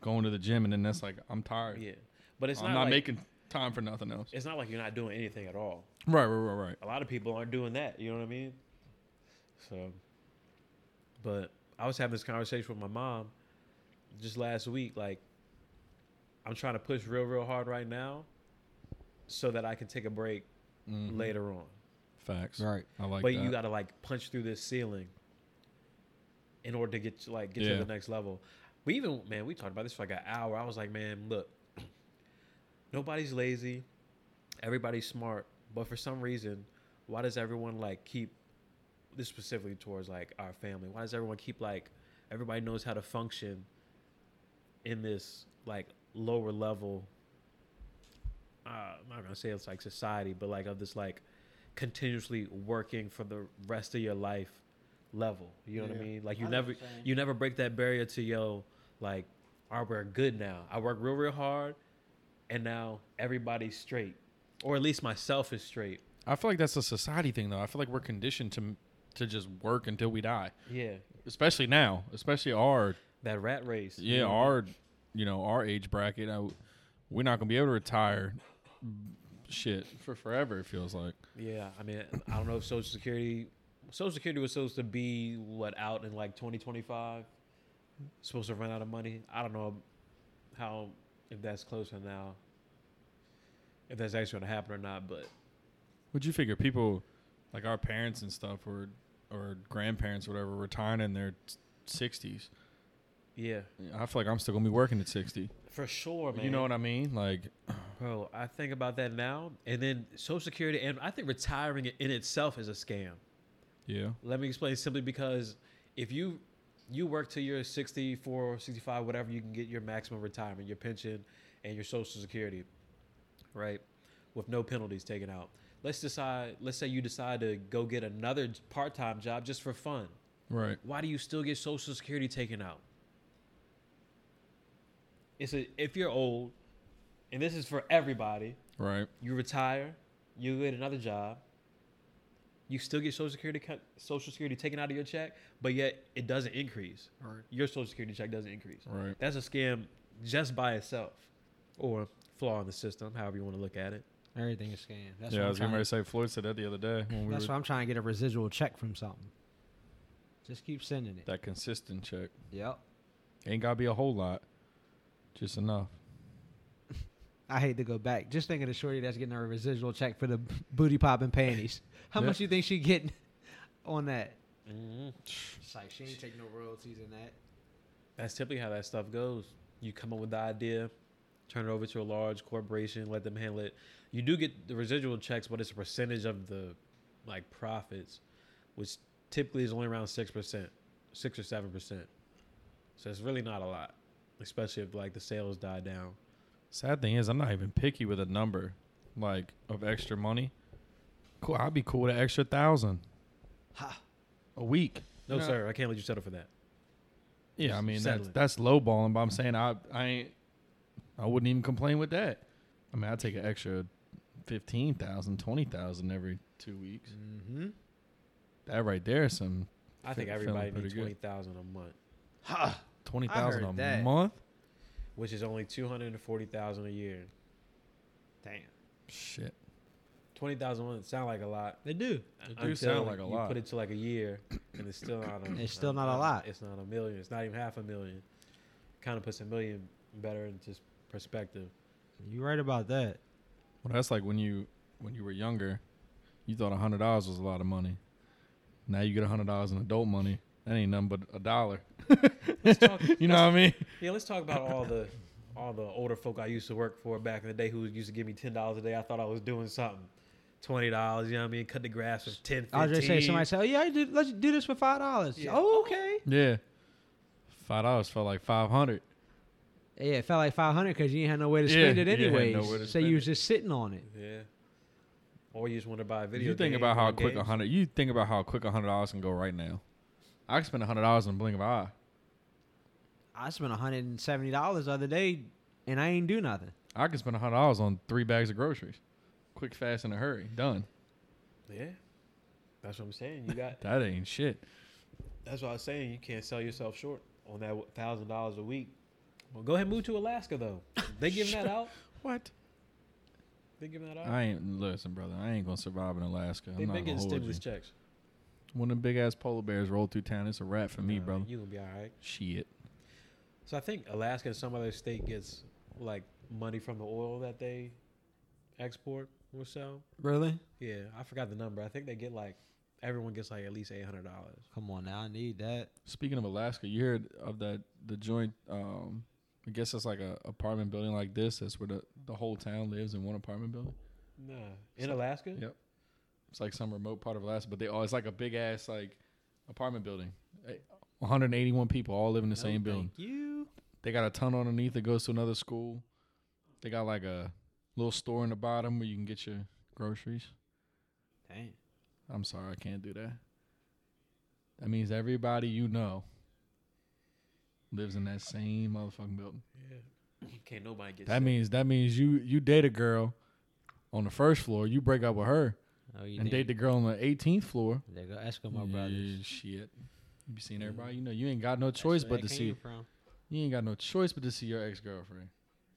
D: going to the gym, and then that's like I'm tired.
A: Yeah. But it's
D: I'm
A: not,
D: not
A: like,
D: making time for nothing else.
A: it's not like you're not doing anything at all.
D: Right, right, right, right.
A: A lot of people aren't doing that. You know what I mean? So, but I was having this conversation with my mom just last week. Like, I'm trying to push real, real hard right now so that I can take a break
D: Mhm.
A: later on.
D: Facts.
B: right.
D: I like
A: but
D: that.
A: you got to like punch through this ceiling in order to get to, like get
D: Yeah.
A: to the next level. We even man, we talked about this for like an hour. I was like, man, look, nobody's lazy, everybody's smart, but for some reason, why does everyone like keep this specifically towards like our family? Why does everyone keep like everybody knows how to function in this like lower level? Uh, I'm not gonna say it's like society, but like of this like continuously working for the rest of your life level. You know what I
D: Yeah.
A: mean? Like
B: I
A: you
B: know what
A: never
B: you're saying.
A: you never break that barrier to yo like "All right, we're good now. I work real, real hard, and now everybody's straight, or at least myself is straight."
D: I feel like that's a society thing, though. I feel like we're conditioned to to just work until we die,
A: Yeah,
D: especially now, especially our
A: that rat race.
D: yeah our you know our age bracket. I, we're not gonna be able to retire. Shit for forever. It feels like.
A: Yeah, I mean, I don't know if Social Security, Social Security was supposed to be what out in like 2025, supposed to run out of money. I don't know how if that's closer now, if that's actually going to happen or not. But
D: Would you figure people like our parents and stuff or or grandparents or whatever retiring in their sixties?
A: yeah,
D: I feel like I'm still gonna be working at sixty.
A: for sure, man.
D: You know what I mean? Like
A: bro, I think about that now, and then Social Security, and I think retiring in itself is a scam.
D: Yeah.
A: Let me explain simply because if you you work till you're 64 or 65, whatever, you can get your maximum retirement, your pension, and your social security, right? With no penalties taken out. Let's decide, let's say you decide to go get another part time job just for fun.
D: Right.
A: Why do you still get social security taken out? It's a, if you're old, and this is for everybody,
D: Right.
A: you retire, you get another job, you still get social security cut, social security taken out of your check, but yet it doesn't increase. Or your social security check doesn't increase.
D: Right.
A: That's a scam just by itself, or flaw in the system, however you want to look at it.
B: Everything is scanned. That's
D: yeah,
B: what
D: I
B: I'm
D: was getting
B: trying-
D: ready to say Floyd said that the other day when we
B: That's
D: were
B: why I'm trying to get a residual check from something. Just keep sending it.
D: that consistent check.
B: Yep.
D: Ain't gotta be a whole lot. Just enough.
B: I hate to go back. Just thinking of Shorty that's getting her residual check for the booty pop and panties. How
D: Yeah.
B: much you think she getting on that?
A: Mm-hmm.
B: It's like she ain't taking no royalties in that.
A: That's typically how that stuff goes. You come up with the idea, turn it over to a large corporation, let them handle it. You do get the residual checks, but it's a percentage of the like profits, which typically is only around six percent, six or seven percent. So it's really not a lot, especially if like the sales die down.
D: Sad thing is I'm not even picky with a number like of extra money. Cool, I'd be cool with an extra thousand.
B: Ha.
D: A week.
A: No,
D: No.
A: sir, I can't let you settle for that.
D: Yeah, I
A: Just
D: mean that's
A: settling.
D: that's low balling, but I'm saying I I ain't I wouldn't even complain with that. I mean I take an extra 15,000, 20,000 every 2 weeks.
B: Mm-hmm.
D: That right there is some
A: I think
D: Fe- feeling
A: everybody
D: pretty
A: needs
D: good.
A: twenty thousand a month,
B: Ha.
D: 20,000 a
B: heard that.
D: month.
A: which is only two hundred and forty thousand a year.
B: Damn.
D: Shit.
A: Twenty thousand a month sound like a lot.
B: They do.
D: It do sound like a
A: You
D: lot.
A: put it to like a year, and it's still not. A,
B: It's still not a lot.
A: It's not a million. It's not even half a million. Kind of puts a million better into s- perspective.
B: You right about that.
D: Well, that's like when you when you were younger, you thought $100 was a lot of money. Now you get $100 in adult money. That ain't nothing but a dollar.
A: Let's talk,
D: You know what I mean?
A: yeah, let's talk about all the all the older folk I used to work for back in the day who used to give me ten dollars a day. I thought I was doing something. Twenty dollars, you know what I mean? Cut the grass for ten.
B: I was just saying,
A: 15.
B: somebody said, "Oh yeah, I do, let's do this for five dollars."
A: Yeah.
B: Oh okay.
D: Yeah. $5 felt like 500.
B: Yeah, it felt like five hundred because you ain't had no way to
D: Yeah,
B: spend it
D: you had no
B: anyways.
D: way to
B: so
D: spend
B: you
D: it.
B: was just sitting on it.
A: Yeah. Or you just want to buy a video.
D: you think
A: game
D: about how
A: or
D: quick a
A: games.
D: hundred. You think about how quick a hundred dollars can go right now. I can spend a hundred dollars in a blink of an eye.
B: I spent one hundred and seventy dollars the other day, and I ain't do nothing.
D: I can spend a hundred dollars on three bags of groceries, quick, fast, in a hurry. Done.
A: Yeah. That's what I'm saying. You got
D: That ain't shit.
A: That's what I was saying. You can't sell yourself short on that thousand dollars a week. Well, go ahead and move to Alaska though. They giving that out.
D: What?
A: They giving that out.
D: I ain't listen, brother. I ain't gonna survive in Alaska. I'm
A: They've
D: not
A: been
D: gonna
A: getting
D: hold you.
A: stimulus checks.
D: When the big ass polar bears roll through town, it's a wrap for me,
A: Nah,
D: brother.
A: You gonna be all right.
D: Shit.
A: So I think Alaska and some other state gets like money from the oil that they export or sell.
B: Really?
A: Yeah, I forgot the number. I think they get like everyone gets like at least eight hundred dollars.
B: Come on now, I need that.
D: Speaking of Alaska, you heard of that the joint? um I guess it's like a apartment building like this. That's where the the whole town lives in one apartment building.
A: Nah, in Alaska.
D: Yep. It's like some remote part of Alaska, but they all it's like a big ass like apartment building. Eh, 181 people all live in the
B: No,
D: same building.
B: Thank you.
D: They got a tunnel underneath that goes to another school. They got like a little store in the bottom where you can get your groceries.
B: Dang.
D: I'm sorry, I can't do that. That means everybody you know lives in that same motherfucking building.
A: Yeah. Can't nobody get
D: That
A: sick.
D: means that means you you date a girl on the first floor, you break up with her,
B: Oh, you
D: and
B: did.
D: date the girl on the 18th floor.
B: There go Eskimo
D: Yeah,
B: brothers.
D: shit. You be seeing everybody. You know you ain't got no choice but to see.
B: From.
D: You ain't got no choice but to see your ex girlfriend,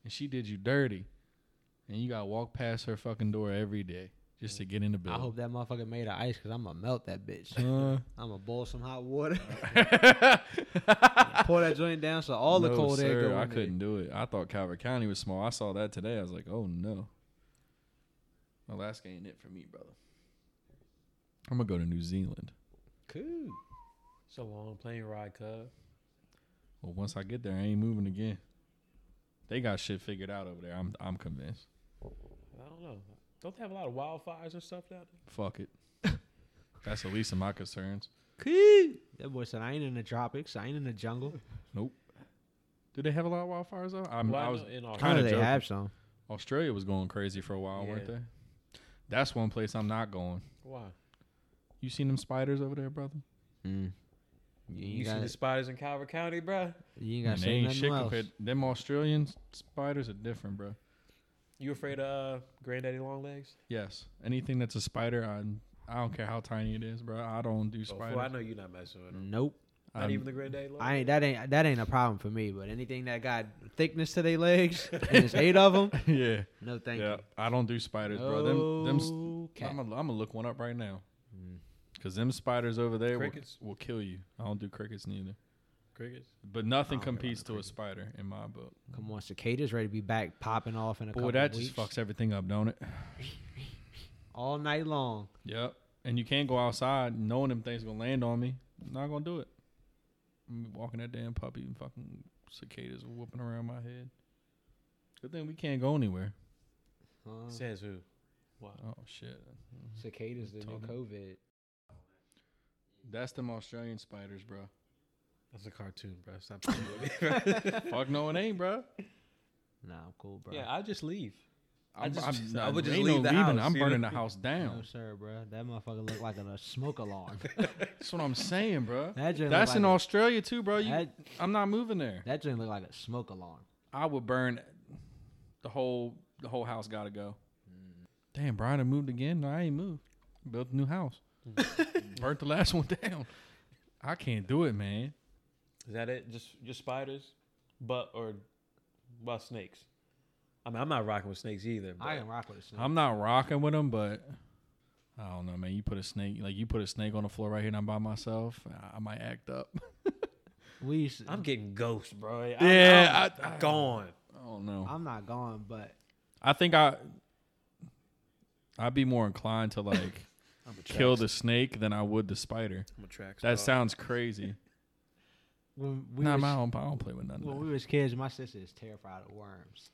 D: and she did you dirty, and you gotta walk past her fucking door every day just to get in the
B: I
D: building.
B: hope that motherfucker made of ice because I'm gonna melt that bitch.
D: Uh,
B: I'm gonna boil some hot water, pour that joint down so all the
D: no,
B: cold air
D: sir,
B: go.
D: I
B: in there.
D: couldn't do it. I thought Calvert County was small. I saw that today. I was like, oh no. Alaska ain't it for me, brother. I'm gonna go to New Zealand.
A: Cool. So long plane ride, cuz.
D: Well, once I get there, I ain't moving again. They got shit figured out over there. I'm I'm convinced.
A: I don't know. Don't they have a lot of wildfires and stuff down there?
D: Fuck it. That's the least of my concerns.
B: Cool. That boy said, "I ain't in the tropics. I ain't in the jungle."
D: Do they have a lot of wildfires though? I'm,
A: Well,
D: I
A: know
D: was
A: in
B: I know
A: Australia.
D: kinda
B: they
D: joking.
B: have some.
D: Australia was going crazy for a while, weren't
A: Yeah.
D: they? That's one place I'm not going.
A: Why?
D: You seen them spiders over there, brother?
B: Hmm. You,
A: You,
B: ain't
A: see
B: got,
A: the spiders in Calvert County, bruh?
B: you ain't
D: Man,
B: got
D: they
B: say
D: ain't
B: nothing
D: shit
B: else.
D: compared. Them Australian spiders are different, bro.
A: You afraid of uh, Granddaddy Long Legs?
D: Yes, anything that's a spider, I I don't care how tiny it is, bro. I don't do
A: Oh,
D: spiders. Mm,
A: fool, I know you're not messing with them.
B: Nope.
A: Not
D: I'm-
A: even the Granddaddy Long
B: I ain't that ain't that ain't a problem for me. But anything that got thickness to their legs and there's eight of them,
D: yeah,
B: no thank
D: yeah.
B: you.
D: I don't do spiders, bro. Them them. s-
B: No cap.
D: I'm gonna look one up right now,
B: Mm.
D: cause them spiders over there will,
A: Crickets.
D: will kill you. I don't do crickets neither,
A: Crickets?
D: but nothing
B: I don't care about
D: competes
B: the
D: to a
B: crickets.
D: spider in my book.
B: Come on, cicadas ready to be back popping off in a
D: Boy,
B: couple
D: that
B: weeks.
D: just fucks everything up, don't it?
B: all night long.
D: Yep. And you can't go outside knowing them things gonna land on me. Not gonna do it. I'm walking that damn puppy and fucking cicadas whooping around my head. Good thing we can't go anywhere.
B: Huh?
A: Says who? Wow.
D: Oh shit.
B: cicadas the new
D: Talking.
B: COVID.
D: That's them Australian spiders, bro.
A: That's a cartoon, bro. Stop playing with me, bruh.
D: Fuck no, it ain't, bro.
B: Nah, I'm cool, bro.
A: Yeah, I'll just leave. I
D: I'm,
A: just-
D: I'm,
A: I
D: I
A: would just
D: ain't no
A: leave the
D: leaving.
A: house,
D: I'm
A: you know?
D: burning the house
B: no,
D: down.
B: sir, bro. That motherfucker looked like a, smoke alarm.
D: That's what I'm saying, bro.
B: That joint
D: That's
B: look
D: in
B: like
D: Australia too, bro.
B: a,
D: You,
B: that,
D: I'm not moving there.
B: that joint looked like a smoke alarm.
D: I would burn the whole the whole house gotta go. Damn, Brian done moved again. No, I ain't moved. Built a new house. Burnt the last one down. I can't do it, man.
A: Is that it? Just just spiders, but or well snakes. I mean, I'm not rocking with snakes either. But
B: I can rock with a snake.
D: I'm not rocking with them, but I don't know, man. You put a snake like you put a snake on the floor right here and I'm by myself. I, I might act up.
B: we used to-
A: I'm getting ghosts, bro. I'm,
D: Yeah,
A: I'm
D: I-
A: gone.
D: I don't know.
B: I'm not gone, but
D: I think I I'd be more inclined to like
A: I'm a track.
D: kill the snake than I would the spider.
A: I'm a track.
D: That
A: star.
D: sounds crazy.
B: when we,
D: Nah,
B: was,
D: man, I don't, I don't play with nothing.
B: when we was kids, my sister is terrified of worms.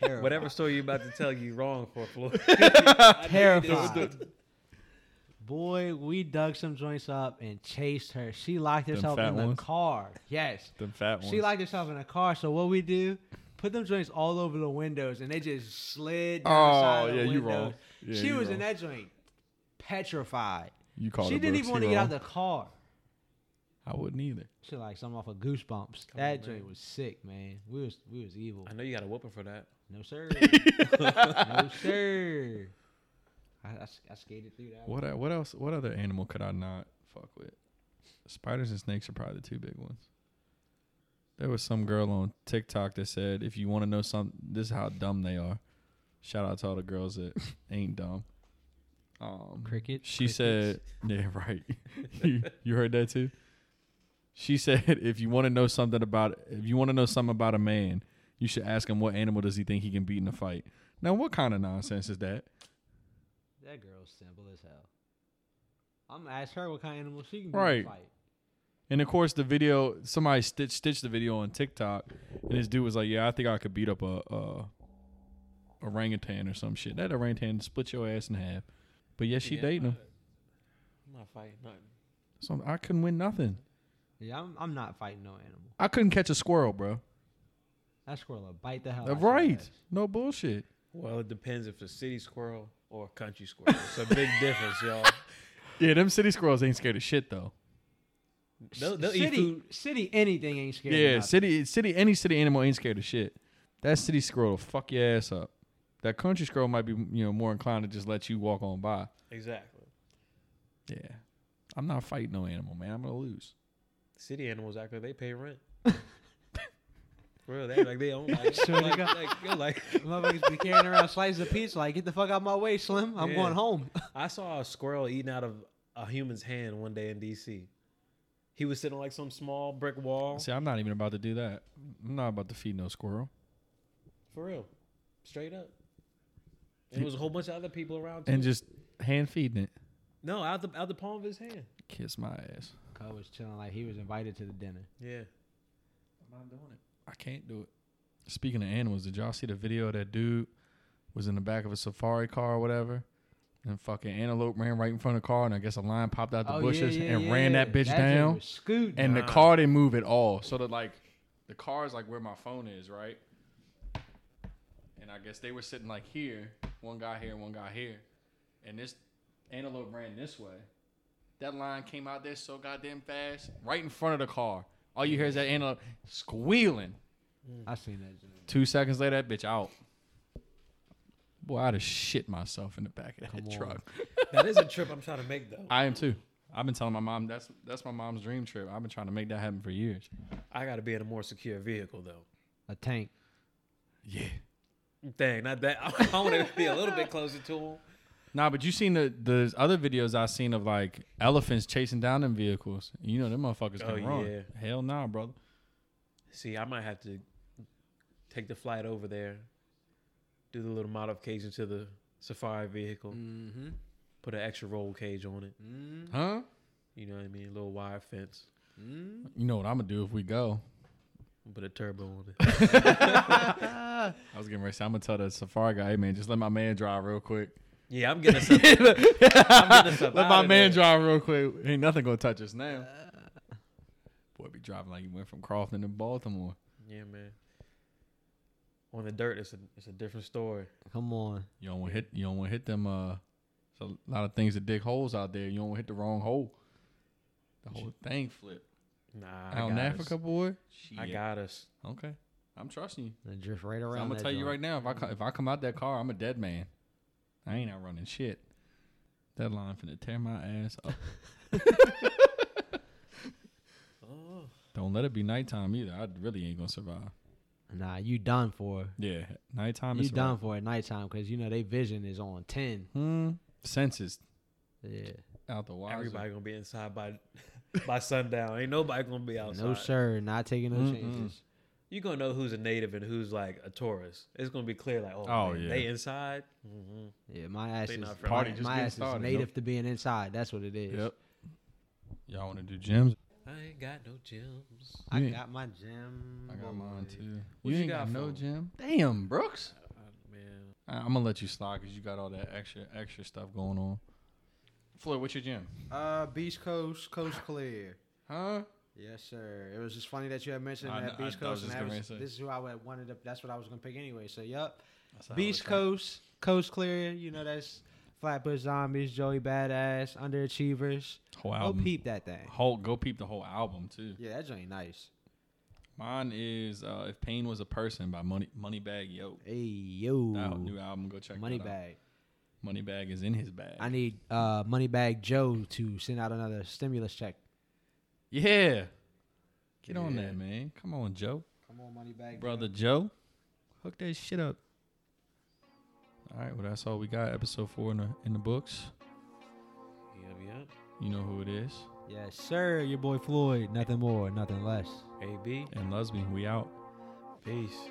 B: terrified.
A: Whatever story you're about to tell, you wrong for Floyd.
B: Terrified. Boy, we dug some joints up and chased her. She locked herself
D: fat
B: in the
D: ones?
B: car. Yes.
D: Them fat ones.
B: She locked herself in a car. So what we do? Put them joints all over the windows, and they just slid. Down the
D: Oh,
B: side of the
D: yeah, you
B: windows.
D: wrong. Yeah,
B: uh, she
D: you
B: was
D: wrong.
B: in that joint, petrified.
D: you called
B: she
D: it,
B: didn't
D: bro.
B: even
D: She
B: want to get out
D: wrong.
B: of the car.
D: I wouldn't either.
B: She like something off of Goosebumps. that joint was sick, man. We was we was evil.
A: I know you got a whooping for that.
B: No sir. no sir. I, I s- I skated through that.
D: What e- what else? What other animal could I not fuck with? Spiders and snakes are probably the two big ones. There was some girl on TikTok that said, "If you want to know something, this is how dumb they are." Shout out to all the girls that ain't dumb. Um,
B: Cricket,
D: She
B: crickets.
D: said, "Yeah, right. you, you heard that too." She said, "If you want to know something about, if you want to know something about a man, you should ask him what animal does he think he can beat in a fight." Now, what kind of nonsense is that?
B: That girl's simple as hell. I'm gonna ask her what kind of animal she can be
D: Right.
B: right. fight.
D: And of course, the video somebody stitched stitched the video on TikTok, and this dude was like, "Yeah, I think I could beat up a, a orangutan or some shit." That orangutan split your ass in half. But yes, she
A: Yeah,
D: dating
A: I'm
D: him.
A: not- I'm not fighting. nothing.
D: So I couldn't win nothing.
B: Yeah, I'm, I'm not fighting no animal.
D: I couldn't catch a squirrel, bro.
B: That squirrel will bite the hell. out
D: Uh,
B: your
D: right?
B: ass.
D: No bullshit.
A: Well, it depends if it's a city squirrel or a country squirrel. It's a big difference, y'all.
D: Yeah, them city squirrels ain't scared of shit though.
A: They'll, they'll
B: city,
A: eat food.
B: city, anything ain't scared.
D: Yeah,
B: of nothing.
D: city, city, any city animal ain't scared of shit. That city squirrel will fuck your ass up. That country squirrel might be, you know, more inclined to just let you walk on by.
A: Exactly.
D: Yeah, I'm not fighting no animal, man. I'm gonna lose.
A: City animals act like they pay rent. Bro, they act like they own like,
B: Swear to
A: like,
B: God.
A: like, yo, like
B: Motherfuckers be carrying around slices of pizza. Like, get the fuck out my way, Slim. I'm
A: Yeah.
B: going home.
A: I saw a squirrel eating out of a human's hand one day in DC. He was sitting on like some small brick wall.
D: See, I'm not even about to do that. I'm not about to feed no squirrel.
A: For real. Straight up. And there was a whole bunch of other people around too.
D: And just hand feeding it.
A: no, out the out the palm of his hand.
D: Kiss my ass.
B: Cole was chilling like he was invited to the dinner.
A: Yeah.
D: I'm not doing it. I can't do it. Speaking of animals, did y'all see the video of that dude was in the back of a safari car or whatever? And fucking antelope ran right in front of the car, and I guess a lion popped out the
B: Oh,
D: bushes and ran that bitch down.
B: Scoot.
D: and the
A: Nah.
D: car didn't move at all. So that like the car is like where my phone is, right? And I guess they were sitting like here, one guy here, one guy here, and this antelope ran this way. That line came out there so goddamn fast, right in front of the car. All you hear is that antelope squealing.
B: I seen that. Jim.
D: Two seconds later, that bitch out. Boy, I'd have shit myself in the back of that
B: Come on.
D: truck.
A: That is a trip I'm trying to make though.
D: I am too. I've been telling my mom that's that's my mom's dream trip. I've been trying to make that happen for years.
A: I gotta be in a more secure vehicle though.
B: A tank.
D: Yeah.
A: Dang, not that I, wanna be a little bit closer to him.
D: Nah, but you seen the the other videos I seen of like elephants chasing down them vehicles. You know them motherfuckers
A: Oh,
D: can run.
A: yeah.
D: Hell nah, brother.
A: See, I might have to take the flight over there, do the little modification to the safari vehicle,
B: Mm-hmm.
A: put an extra roll cage on it.
B: Mm-hmm.
D: Huh?
A: You know what I mean? A little wire fence,
D: You know what I'm gonna do if we go?
A: put a turbo on it.
D: I was getting ready. to say, I'm gonna tell the safari guy, hey man, just let my man drive real quick.
A: yeah, I'm getting something.
D: let
A: up
D: my
A: outta
D: man
A: there.
D: drive real quick. Ain't nothing gonna touch us now. Boy, be driving like you went from Crofton to Baltimore.
A: yeah, man. On the dirt, it's a it's a different story.
B: Come on.
D: You don't want hit. You don't want to hit them. Uh, there's a lot of things that dig holes out there. You don't want to hit the wrong hole. The whole thing flip.
A: Nah,
D: Out
A: I
D: in
A: got
D: Africa,
A: us.
D: boy.
A: I
D: Shit.
A: got us.
D: Okay. I'm trusting you.
B: And drift right
D: So
B: around.
D: I'm gonna
B: that
D: tell you
B: joint.
D: right now, if I co- if I come out that car, I'm a dead man. I ain't out running shit. That line finna tear my ass up.
A: Oh,
D: Don't let it be nighttime either. I really ain't gonna survive.
B: Nah, you done for.
D: Yeah, nighttime
B: you
D: is
B: done for at nighttime because you know they vision is on ten.
D: Hmm. Senses
B: Yeah.
D: out the wazoo.
A: everybody gonna be inside by by sundown. Ain't nobody gonna be outside.
B: No sir, not taking no
D: Mm-mm.
B: chances.
A: you gonna know who's a native and who's like a tourist. It's gonna be clear, like, oh,
D: Oh,
A: man,
D: yeah.
A: they inside. hmm
B: Yeah, my ass
A: They
B: is
A: not friendly.
D: Party
B: my,
D: just
B: my
D: getting
B: ass
D: started,
B: is native to being inside. That's what it is.
D: Yep. Y'all want to do gyms?
A: I ain't got no gems.
B: I
D: Yeah.
B: got my gym.
D: I got mine
B: boy.
D: too.
A: What
D: you,
A: you
D: ain't got,
A: got
D: no
A: for 'em?
D: gym? Damn, Brooks.
A: Uh, man,
D: I, I'm gonna let you slide because you got all that extra extra stuff going on. Floyd, what's your gym?
C: Uh, Beach Coast, Coast Clear.
D: Huh?
C: Yes, sir. It was just funny that you had mentioned
D: I kn-
C: that
D: I- I was
C: Beach Coast, and
D: just
C: that
D: getting
C: was,
D: ready to say.
C: this is who I would wanted to. That's what I was gonna pick anyway. So, yep.
D: That's how I
C: Beach
D: would try.
C: Coast, Coast Clear. You know that's Flatbush Zombies, Joey Badass, Underachievers.
D: Whole
C: Oh,
D: album.
C: peep that thing.
D: Whole go peep the whole album too.
C: Yeah, that joint nice.
D: Mine is uh, "If Pain Was a Person" by Money Moneybag Yo.
B: Hey yo,
D: That Oh, new album, go check that out.
B: Moneybag.
D: Moneybag is in his bag.
B: I need uh, Moneybag Joe to send out another stimulus check.
D: yeah, get on
A: Yeah.
D: that man. Come on, Joe,
C: Come on, money back,
D: brother Joe, hook that shit up. All right, well that's all we got. Episode four in the in the books.
A: yep, yep.
D: You know who it is.
B: Yes, sir. Your boy Floyd. Nothing more, nothing less.
A: AB,
D: And Lesbian, we out.
A: peace.